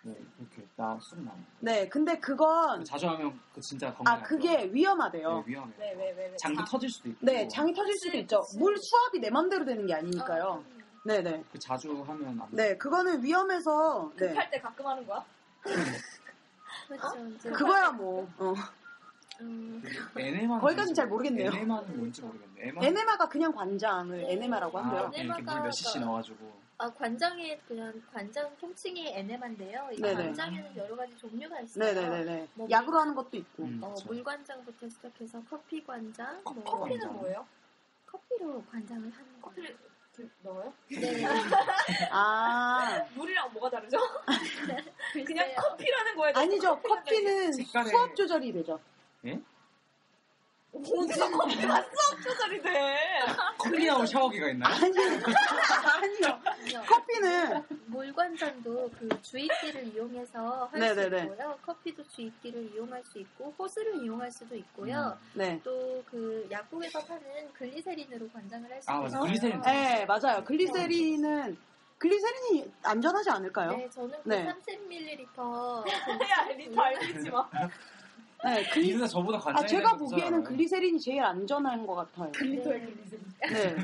네, 이렇게 나쑥 나오는
네, 근데 그건
거. 자주 하면 그 진짜 건강.
아 그게 위험하대요.
네, 위험해요.
왜, 왜, 왜, 왜.
장도
자,
터질 수도 있고.
네, 장이 터질 수도 있죠. 물 수압이 내 맘대로 되는 게 아니니까요.
어?
네, 네,
그 자주 하면 안 돼.
네, 그거는 위험해서
그
네,
급할 때 가끔 하는 거야?
그렇죠. 이제
그거야 뭐. 어.
음,
에네마.
거기까지는 잘 모르겠네요.
에네마는 뭔지 모르겠네. 에마.
에네마가 그냥 관장을 에네마라고
아,
한대요.
그냥 이렇게 물 몇 cc 넣어가지고.
아, 관장의 그냥 관장 통칭이 에네만데요. 이
네네.
관장에는 여러 가지 종류가 있어요.
네, 네, 네, 네.
뭐
약으로 하는 것도 있고.
음,
어,
그렇죠.
물관장부터 시작해서 커피 관장,
어,
뭐
커피.
커피는 뭐예요?
커피로 관장을 하는 거.
커피를 들- 넣어요?
네,
아,
물이랑 뭐가 다르죠? 그냥
글쎄요.
커피라는 거에 대해서
아니죠.
커피라는 거에
커피는
색깔의-
수압 조절이 되죠.
대해서 어디서 커피가 수업 조절이 돼?
아,
커피하고 샤워기가 있나요?
아니요.
아니요.
커피는
물관장도 그 주입기를 이용해서 할 수
네네네.
있고요. 커피도 주입기를 이용할 수 있고 호스를 이용할 수도 있고요.
네.
또 그 약국에서 파는 글리세린으로 관장을 할 수도
아,
있어요.
맞아. 글리세린.
네, 맞아요. 글리세린은 글리세린이 안전하지 않을까요?
네, 저는 그
네.
30ml
야, 리터 알리지 마.
네,
음, 이
글리
누나 저보다 관장이
아 제가 보기에는 글리세린이 제일 안전한 것 같아요.
글리터의
네.
글리세.
네,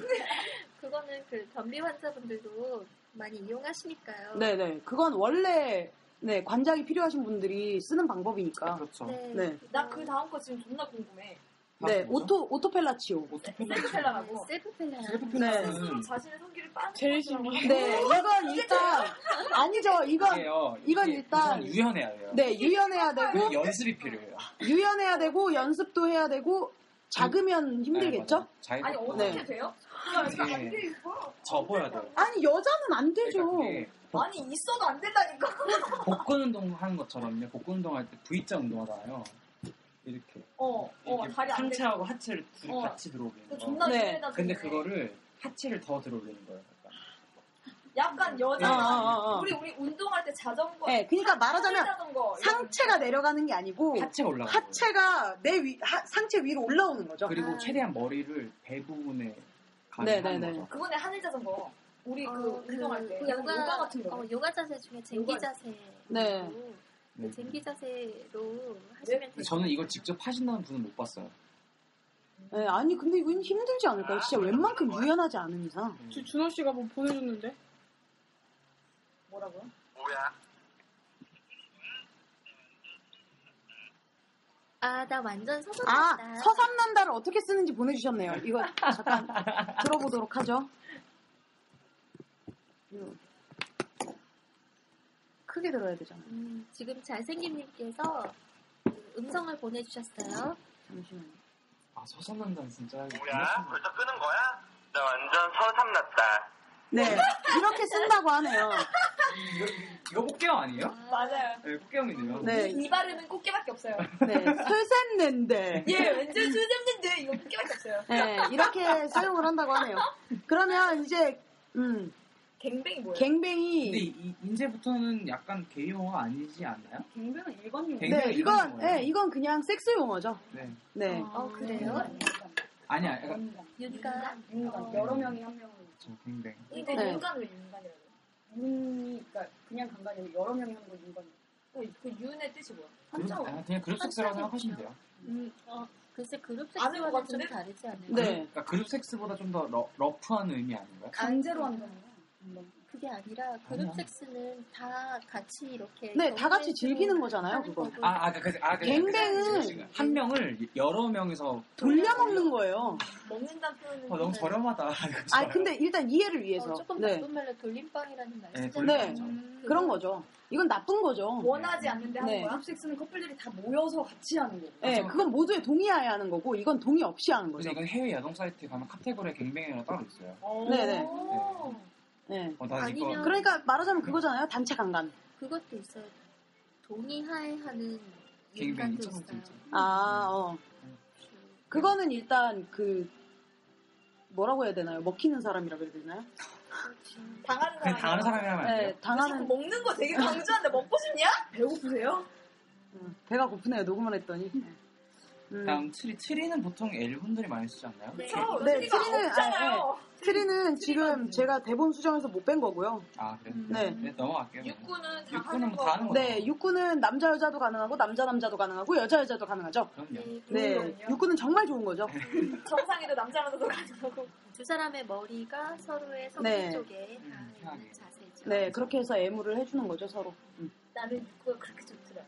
그거는 그 변비 환자분들도 많이 이용하시니까요.
네, 네. 그건 원래 네 관장이 필요하신 분들이 쓰는 방법이니까.
그렇죠. 아,
네,
나 그 다음 거 지금 존나 궁금해.
네. 오토 오토펠라치오.
세르펠라라고.
셀프펠라.
네.
음.
스스로 자신의 성기를 빠는
제일 신기해.
네, 이건 일단 아니죠. 이건
이게요.
이건
이게
일단-
우선 유연해야 돼요.
네 유연해야 되고
그리고 연습이 필요해요. 네,
유연해야 되고 연습도 해야 되고 작으면
음.
힘들겠죠?
자
아니 어떻게
네.
돼요?
이게 접어야 돼요.
아니 여자는 안 되죠.
그러니까 그게
아니 있어도 안 된다니까.
복근 운동 하는 것처럼요. 복근 운동 할 때 V자 운동하잖아요. 이렇게.
어, 어
이렇게
다리 안 돼.
상체하고 하체를 둘이
어.
같이 들어올리는
그
거.
존나
네.
유해다.
근데 그거를 하체를 더 들어올리는 거예요. 약간.
약간
어,
여자.
어, 어, 어.
우리 우리 운동할 때 자전거.
네, 그러니까 말하자면
자전거.
상체가 내려가는 게 아니고
하체가 올라가.
어. 하체가 내 위, 하- 상체 위로 올라오는 거죠.
그리고
아.
최대한 머리를 배 부분에
네,
가는
네,
그
거죠.
그거네 하늘 자전거.
우리
어,
그 운동할 때
요가,
요가 같은 거.
어, 요가 자세 중에 쟁기
요가.
자세.
네.
그 쟁기 자세로 하시면 돼요.
저는 이걸 직접 하신다는 분은 못 봤어요.
네, 아니 근데 이건 힘들지 않을까요? 진짜
아,
웬만큼 유연하지 않은 이상.
주- 준호 씨가 뭐 보내줬는데?
뭐라고요?
뭐야?
아, 나 완전 서서
아, 서삼난다를 어떻게 쓰는지 보내주셨네요. 이거 잠깐 들어보도록 하죠. 이거 크게 들어야 되잖아.
음, 지금 잘생김님께서 음성을 보내주셨어요.
잠시만요.
아, 서산난단 진짜.
뭐야? 벌써 끄는 거야? 나 완전 서삼났다.
네, 이렇게 쓴다고 하네요.
이거, 이거 꽃게형 아니에요?
맞아요.
네, 꽃게형이네요
네,
이 발음은 꽃게밖에 없어요.
네, 설샘낸데.
예, 완전 수줍는데 이거 꽃게밖에 없어요.
네, 이렇게 사용을 한다고 하네요. 그러면 이제, 음,
갱뱅이 뭐예요?
근데
갱뱅이.
이, 이제부터는 약간 게이 영화 아니지 않나요?
갱뱅은 일반용.
갱-
네,
갱뱅이
이건,
이런 거예요?
네, 이건 그냥 섹스 용어죠.
네.
네.
어, 그래요?
아니야, 약간
음.
윤가?
윤간.
어.
여러 명이 한 명을.
저 굉장히.
근데
네.
윤관 왜 윤관이라고? 해요?
윤이, 그니까 그냥 간간이 여러 명이 하는 거 윤간.
그, 그 윤의 뜻이 뭐야?
그냥, 아, 그냥 그룹 섹스라고 생각하시면 돼요.
음, 어,
글쎄, 그룹
아는 것
섹스와는 좀
같은데?
다르지 않아요?
네.
그러니까 그룹 섹스보다 좀 더 러프한 의미 아닌가요?
강제로 한다는 거야. 한번.
뭐, 그게 아니라 그룹
아니야.
섹스는 다 같이 이렇게
네, 다 같이
경험해주고
즐기는 거잖아요,
하는
그거.
거고. 어,
아, 아, 그, 아, 그,
갱뱅은
한 명을 여러 명에서
돌려먹는 거예요.
먹는다는 표현은
어, 너무 저렴하다.
아, 근데 일단 이해를 위해서.
어, 조금
네.
나쁜 말로 돌림방이라는
네,
말이잖아요.
돌려먹는
네.
거.
그런 거죠. 이건 나쁜 거죠.
원하지 않는데 하는
네.
거야?
섹스는 커플들이 다 모여서 같이 하는 거고.
네,
맞아요. 그러니까
그건 모두의 동의하야 하는 거고, 이건 동의 없이 하는
그래서
거죠.
이건 해외 야동 사이트에 가면 카테고리에 갱뱅이라고 따로 있어요.
네네.
오.
네.
어, 나 이거.
아니면-
그러니까 말하자면 그거잖아요. 단체 강간.
그것도 있어요. 동의하에 하는
갱뱅이
인간도
참
있어요.
진짜.
아, 어. 그거는 일단 그, 뭐라고 해야 되나요? 먹히는 사람이라고 해야 되나요?
그렇죠.
당하는
아, 그냥
사람.
다른 사람이라면 안 돼요.
네, 당하는,
먹는 거 되게 강조한다. 먹고 싶냐?
배고프세요?
음, 배가 고프네요. 녹음을 했더니. 음,
다음 트리. 트리는 보통 L 분들이 많이 쓰지 않나요?
네.
저
네,
트리가
트리는-
없잖아요.
트리는 지금 제가 대본 수정해서 못 뺀 거고요.
아, 그래.
네.
넘어갈게요.
육군은 다
육군은
하는
뭐다
거.
하는 거.
네, 육군은 남자 여자도 가능하고 남자 남자도 가능하고 여자 여자도 가능하죠.
그럼요.
음,
네, 육군은 정말 좋은 거죠. 네.
정상에도 남자라도 가져가고.
두 사람의 머리가 서로의 성기
네.
쪽에 다
음,
있는
편하게.
자세죠.
네, 그렇게 해서 애무를 해주는 거죠 서로. 음.
나는 육구가 그렇게 좋더라.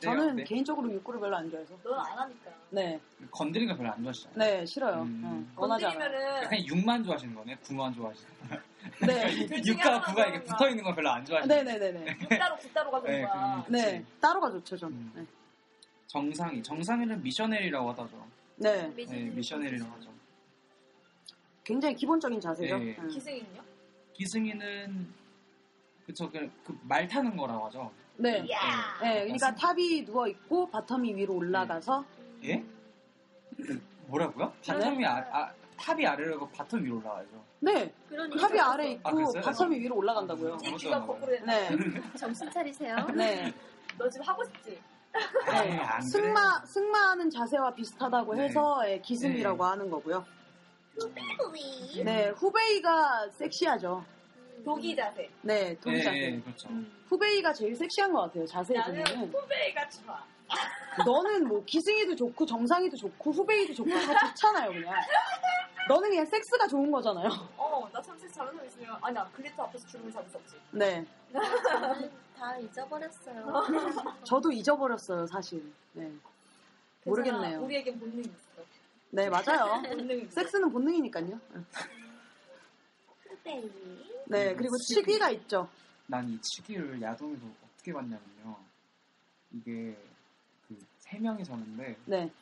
저는
네, 네.
개인적으로 육군을 별로 안 좋아해서.
넌 안 하니까.
네,
건드리는 거 별로 안 좋아하시잖아요.
네 싫어요.
음.
음, 원하지 않아요.
건드리면은
그냥 육만 좋아하시는 거네. 구만 좋아하시는 거.
네,
둘그 중에
육과
하나
구가 이렇게
좋아하는 거야.
붙어 있는 거 별로 안 좋아하시는
네,
거예요.
네, 네, 네.
육따로 구따로가 좋은
네,
거야.
그-
네, 따로가 좋죠 저는. 네,
음. 정상이. 정상이는 미셔넬이라고 하다죠.
네,
네, 미셔넬이라고 하죠.
굉장히 기본적인 자세죠.
네.
음.
기승이는요?
기승이는 그쵸 그말 타는 거라고 하죠.
네,
예.
야.
네, 그러니까 탑이 누워 있고 바텀이 위로 올라가서
예? 뭐라고요? 바텀이 아, 아 탑이 아래로 가고 바텀 위로 올라와야죠.
네,
그러니까
탑이 아래 있고
아, 그랬어요?
바텀이 위로 올라간다고요.
네.
이 귀가 거꾸로 됐다.
네,
정신 차리세요.
네.
너 지금 하고 싶지?
에이, 안 그래요.
승마 승마하는 자세와 비슷하다고
네.
해서 예, 기승이라고 하는 거고요. 네 후베이가 섹시하죠.
음.
독이 자세.
네
네,
동의 자세.
네, 그렇죠.
후베이가 제일 섹시한 것 같아요. 자세히
나는
보면은
후배가 좋아.
너는 뭐 기승이도 좋고 정상이도 좋고 후베이도 좋고 다 좋잖아요 그냥. 너는 그냥 섹스가 좋은 거잖아요.
어, 나 참새 잘하는 사람 있으면 아니 나 글리터 앞에서 주름을 잡을 수 없지.
네
저는 다 잊어버렸어요.
저도 잊어버렸어요 사실. 네 모르겠네요.
우리에겐 본능이 있어.
네 맞아요.
본능이 있어.
섹스는 본능이니까요. 네
음,
그리고 치귀가 있죠.
난 이 치기를 야동에서 어떻게 봤냐면요. 이게 그 세 명이 사는데
네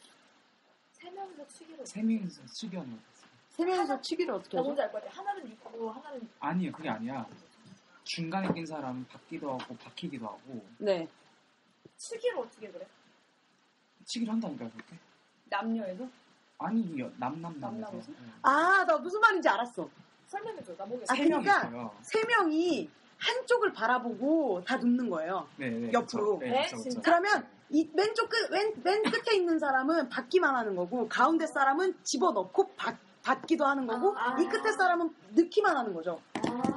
세 명이서 치기로.
세 명이서 치기하는 거 같았어요.
세명이서 치귀를 어떻게
나
하죠?
뭔지 알 것 같아. 하나는 입고 하나는
아니에요, 그게 아니야. 중간에 낀 사람은 받기도 하고 박히기도 하고
네
치기로 어떻게 그래?
치기를 한다니까 요 그렇게.
남녀에서?
아니 이 남남남에서 네.
남남에서?
아, 나 무슨 말인지 알았어.
설명해줘. 나 모르겠어.
아,
세 명이
그러니까
있어요.
세 명이 한쪽을 바라보고 다 눕는 거예요.
네, 네,
옆으로.
그쵸.
네,
그쵸, 그쵸.
진짜?
그러면 이 왼쪽 끝, 왼, 맨 끝에 있는 사람은 받기만 하는 거고 가운데 사람은 집어넣고 받, 받기도 하는 거고
아, 아.
이 끝에 사람은 넣기만 하는 거죠.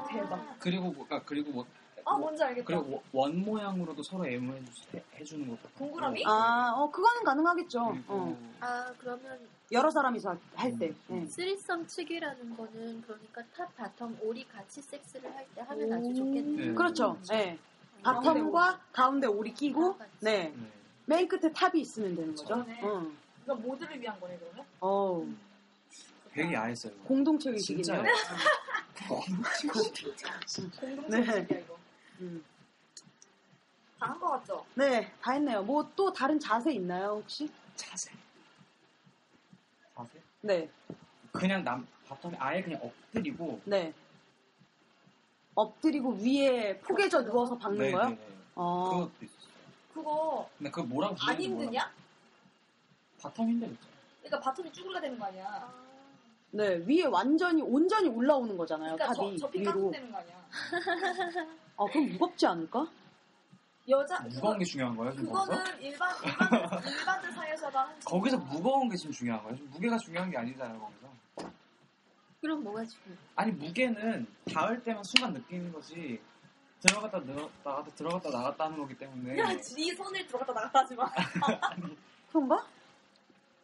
대박.
그리고 뭐- 아, 그리고 뭐-
아, 뭔지 알겠다.
그리고 원- 원 모양으로도 서로 애무해 주- 해주는 것 같고
동그라미?
아, 어 그거는 가능하겠죠.
그리고
어.
아, 그러면
여러 사람이서 할 때.
음,
예.
쓰리썸 치기라는 거는 그러니까 탑, 바텀, 올이 같이 섹스를 할 때 하면 아주
오.
좋겠네요.
네.
그렇죠. 예. 바텀과 가운데 오리
아,
끼고, 네.
네.
맨 끝에 탑이 있으면 되는 거죠.
그렇네.
응.
그러니까 모두를 위한 거네 그러면?
어우,
되게 야했어요. 이거.
공동체 의식이네요. 아,
진짜요.
네.
공동체 의식이야 이거.
음.
다 한 거 같죠?
네, 다 했네요. 뭐 또 다른 자세 있나요, 혹시?
자세. 자세?
네,
아, 그냥 남 바텀에 아예 그냥 엎드리고
네. 엎드리고 위에 포개져 누워서 박는
네,
거요?
네, 네.
어,
그것도 있었어요.
그거
근데 그거 뭐라고
안
부르는지 몰라.
힘드냐?
바텀 힘들겠죠.
그러니까 바텀이 쭈그리가 되는 거 아니야?
네, 위에 완전히, 온전히 올라오는 거잖아요,
그러니까 저,
탑이.
저핀
위로.
깍되는 거 아니야?
아, 그럼 무겁지 않을까?
여자
아, 무거운
그거,
게 중요한 거예요, 지금 거기서?
그거는 일반 일반 일반들 사이에서도 한
거기서 무거운 게 지금 중요한 거예요. 지금 무게가 중요한 게 아니잖아요, 거기서.
그럼 뭐가 중요해?
아니 무게는 닿을 때만 순간 느끼는 거지 들어갔다 늘- 나갔다 들어갔다 나갔다 하는 아, 거기 때문에
야지 네 손을 들어갔다 나갔다 하지 마.
그런가?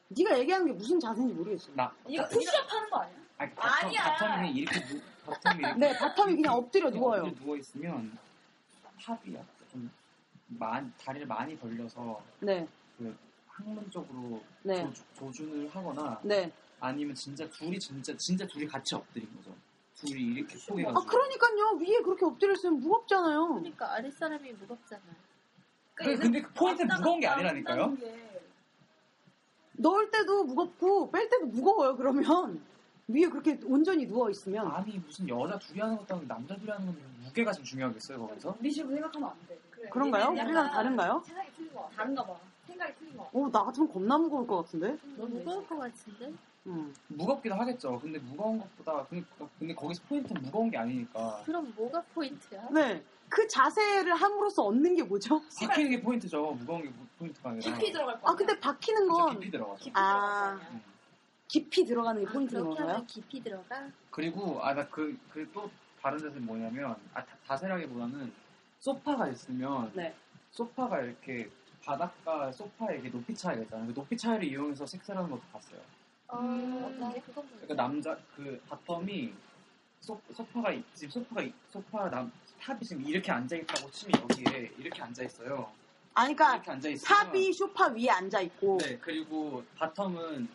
네가 얘기하는 게 무슨 자세인지 모르겠어.
나
이거 푸시업 하는 거 아니야?
아니,
아니야.
바텀, 바텀이 그냥 이렇게 누, 바텀이 이렇게
네, 바텀이 그냥 엎드려 누워요.
누워 있으면 탑이 약간 좀 많이 다리를 많이 벌려서
네,
항문 쪽으로
네,
조- 조준을 하거나
네.
아니면 진짜 둘이 진짜 진짜 둘이 같이 엎드린 거죠. 둘이 이렇게
아,
포개가지고
그러니까요. 위에 그렇게 엎드려 있으면 무겁잖아요.
그러니까 아랫사람이 무겁잖아.
그러니까
그- 근데 그 포인트는 무거운 게 아니라니까요.
넣을 때도 무겁고 뺄 때도 무거워요. 그러면 위에 그렇게 온전히 누워 있으면
아니 무슨 여자 둘이 하는 것도 아니고 남자 둘이 하는 건 무게가 지금 중요하겠어요 거기서?
우리 식으로 생각하면 안 돼.
그래,
그런가요?
얘는
우리랑
약간
다른가요?
생각이 틀린 거 같아.
다른가 봐.
생각이 틀린 거 같아.
오, 어, 나 같으면 겁나 무거울 것 같은데.
음.
너무 무거울 것 같은데?
음.
무겁기도 하겠죠. 근데 무거운 것보다 근데, 근데 거기서 포인트는 무거운 게 아니니까
그럼 뭐가 포인트야?
네. 그 자세를 함으로써 얻는 게 뭐죠?
박히는 게 포인트죠. 무거운 게 무- 포인트가 아니라
깊이 들어갈 거
아, 근데 박히는
그렇죠,
건
깊이 들어가죠.
깊이 들어갈
아.
거 아니야.
음.
깊이 들어가는 게
아,
포인트인
그렇게
건가요?
하면 깊이 들어가?
그리고 아 나 그 그 또 다른 데는 뭐냐면 아, 다- 다세라기보다는 소파가 있으면
네.
소파가 이렇게 바닥과 소파의 이렇게 높이 차이가 있잖아요. 그 높이 차이를 이용해서 섹스하는 것도 봤어요.
어,
음.
어떻게? 그건 뭐지?
그러니까 남자 그 바텀이 소, 소파가 있- 지금 소파가 있- 소파 남 탑이 지금 이렇게 앉아 있다고 치면 여기에 이렇게 앉아 있어요.
아니, 그러니까
이렇게 앉아 있어.
탑이 소파 위에 앉아 있고
네, 그리고 바텀은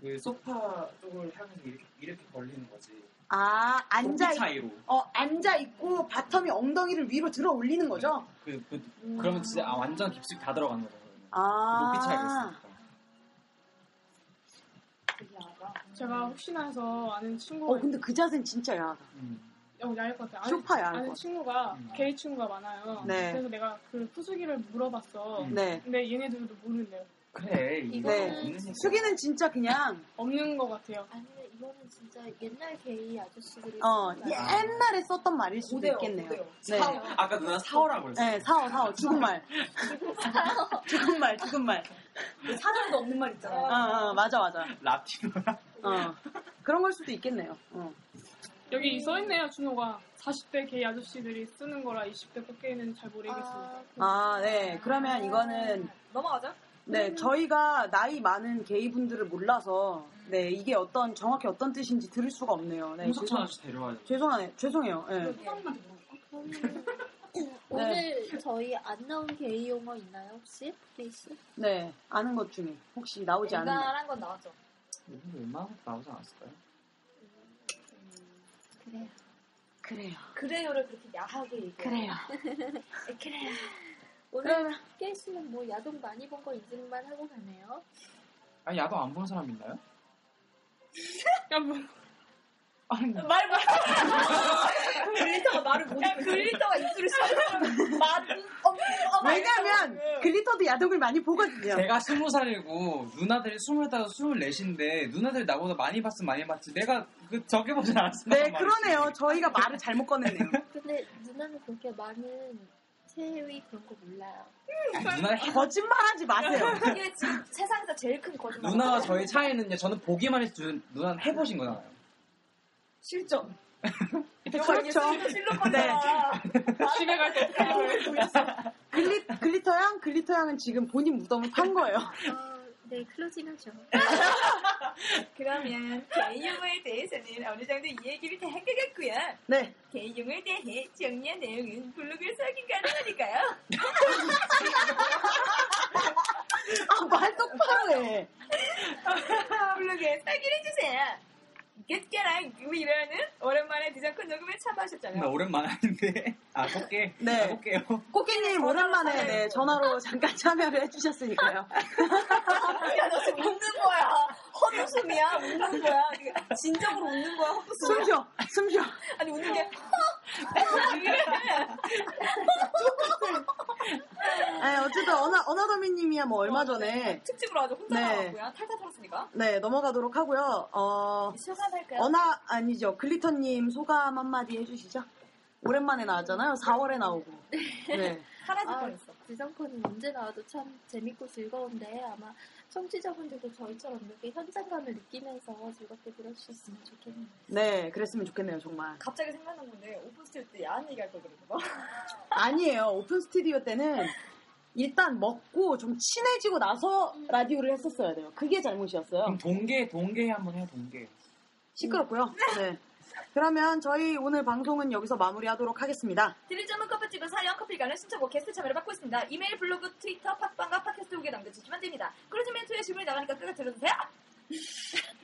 그 소파 쪽을 향해서 이렇게, 이렇게 벌리는 거지.
아, 앉아
높이
있,
차이로.
어, 앉아 있고 바텀이 엉덩이를 위로 들어 올리는 거죠?
그, 그, 그러면 진짜 아, 완전 깊숙이 다 들어가는 거죠. 그러면.
아.
높이 차이가 있으니까.
제가 혹시나 해서 아는 친구가
어, 근데 그 자세는 진짜 야.
음.
어, 야일 것 같아. 아는,
소파야.
아는
이거.
친구가
음.
게이 친구가 많아요.
네.
그래서 내가 그 푸수기를 물어봤어.
음.
네.
근데 얘네들도 모르는데요.
그래, 이거
네.
없는 얘기야.
수기는 진짜 그냥
없는 것 같아요.
아니, 이거는 진짜 옛날 게이 아저씨들이.
어
쓰는 거 아니야?
옛날에 썼던 말일 수도
고대어,
있겠네요.
고대어.
네.
사오, 아까 누나 사오라고 그랬어.
네, 사오 사오 죽은 말. 죽은 말, 죽은 말.
그
사전에도 없는 말 있잖아.
어, 어, 맞아 맞아.
라틴어.
어. 그런 걸 수도 있겠네요. 어.
여기 써있네요, 준호가. 40대 게이 아저씨들이 쓰는 거라 20대 꽃게이는 잘 모르겠습니다.
아, 네. 그러면 이거는
넘어가자.
네, 저희가 나이 많은 게이분들을 몰라서 네, 이게 어떤 정확히 어떤 뜻인지 들을 수가 없네요. 네.
홍석천 아저씨 데려와야 돼.
죄송하네. 죄송해요. 예.
오늘 저희 안 나온 게이 용어 있나요, 혹시? 플레이스?
네. 아는 것 중에 혹시 나오지 않은 거.
인간한 건 나왔죠.
이거 웬만한 것도 나오지 않았을까요?
그래요.
그래요.
그래요를 그렇게 야하게 얘기해.
그래요.
그래요.
오늘 게이 씨는 뭐 야동 많이 본 거 인증만 하고 가네요.
아니, 야동 안 보는 사람 있나요?
야, 뭐,
아니,
말 말. 글리터가 말을 못. 야 글리터가 입술을 씹어. 말은 음, 엄
왜냐면 글리터도 야동을 많이 보거든요.
제가 스무 살이고 누나들이 스물다섯, 스물넷인데 누나들이 나보다 많이 봤으면 많이 봤지 내가 그 적게 보진 않았어.
네, 그러네요. 저희가 말을 잘못 꺼냈네요.
근데 누나는 그렇게 많은
페이 그런 거 몰라요.
누나
거짓말하지 마세요.
이게 지금 세상에서 제일 큰 거짓말.
누나와 저의 차이는요. 저는 보기만 해서 누- 누나는 해보신 거잖아요.
실전.
그렇죠.
실로
네.
건다.
집에 갈 때 어떻게 해요?
글리, 글리터 향, 글리터 향은 지금 본인 무덤을 판 거예요.
아,
어, 네, 클로징하죠.
네. 그러면 개이용어에 대해서는 어느 정도 이 얘기를 다 한 것 같고요.
네.
개이용어에 대해 정리한 내용은 블로그에서 확인 가능하니까요.
아, 말 똑바로 해.
블로그에 확인해 주세요. 겟게랑 위라는 오랜만에 디저콘 녹음에 참여하셨잖아요.
나 오랜만 아닌데. 아, 볼게.
네.
아, 볼게요.
꽃게님 오랜만에 네, 전화로 잠깐 참여를 해주셨으니까요.
야, 너 지금 웃는 거야. 헛웃음이야. 웃는 거야. 그 진정으로 웃는 거야.
숨
헛웃음이야.
쉬어, 숨 쉬어.
아니, 웃는 게.
네, 어쨌든 어나, 어나더미님이야 뭐 얼마 전에
특집으로 아주 혼자
네.
나왔고요. 탈탈 털었으니까.
네 넘어가도록 하고요. 어,
소감할까요?
어나 아니죠 글리터님 소감 한마디 해주시죠. 오랜만에 나왔잖아요. 4월에 나오고. 네.
사라질
아,
뻔했어.
지성코는 언제 나와도 참 재밌고 즐거운데 아마 청취자분들도 저희처럼 이렇게 현장감을 느끼면서 즐겁게 들어주셨으면 좋겠네요.
네, 그랬으면 좋겠네요, 정말.
갑자기 생각난 건데, 오픈 스튜디오 때 야한 얘기 할 걸 그러는 거.
아니에요. 오픈 스튜디오 때는 일단 먹고 좀 친해지고 나서 라디오를 했었어야 돼요. 그게 잘못이었어요.
그럼 동계, 동계 한번 해요, 동계.
시끄럽고요. 네. 그러면 저희 오늘 방송은 여기서 마무리하도록 하겠습니다.
드리점은 커피집은 사연 커피관을 신청곡 게스트 참여를 받고 있습니다. 이메일, 블로그, 트위터, 팟빵과 팟캐스트북에 남겨주시면 됩니다. 그러지 멘트에 질문이 나가니까 끝까지 들어주세요.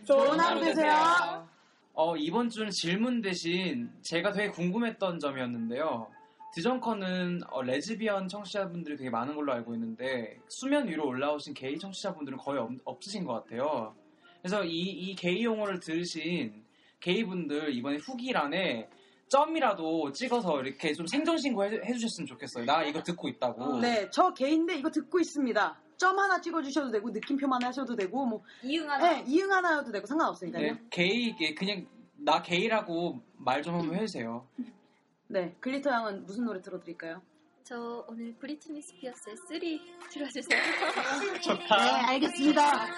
좋은 하루 되세요.
어, 이번 주는 질문 대신 제가 되게 궁금했던 점이었는데요. 드정커는 어, 레즈비언 청취자분들이 되게 많은 걸로 알고 있는데 수면 위로 올라오신 게이 청취자분들은 거의 없, 없으신 것 같아요. 그래서 이, 이 게이 용어를 들으신 게이분들 이번에 후기란에 점이라도 찍어서 이렇게 좀 생존신고 해- 해주셨으면 좋겠어요. 나 이거 듣고 있다고.
네, 저 개인데 이거 듣고 있습니다. 점 하나 찍어주셔도 되고, 느낌표만 하셔도 되고, 뭐,
이응하나.
네, 이응 하나여도 되고 상관없으니까요.
네, 게이 예, 그냥 나 게이라고 말 좀 한번 해주세요.
네, 글리터 양은 무슨 노래 들어드릴까요?
저 오늘 브리트니 스피어스의 3 들어주세요.
좋다.
알겠습니다.
Oh,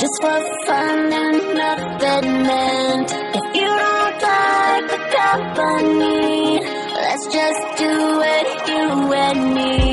Just for fun and nothing meant. If company. Let's just do it, you and me.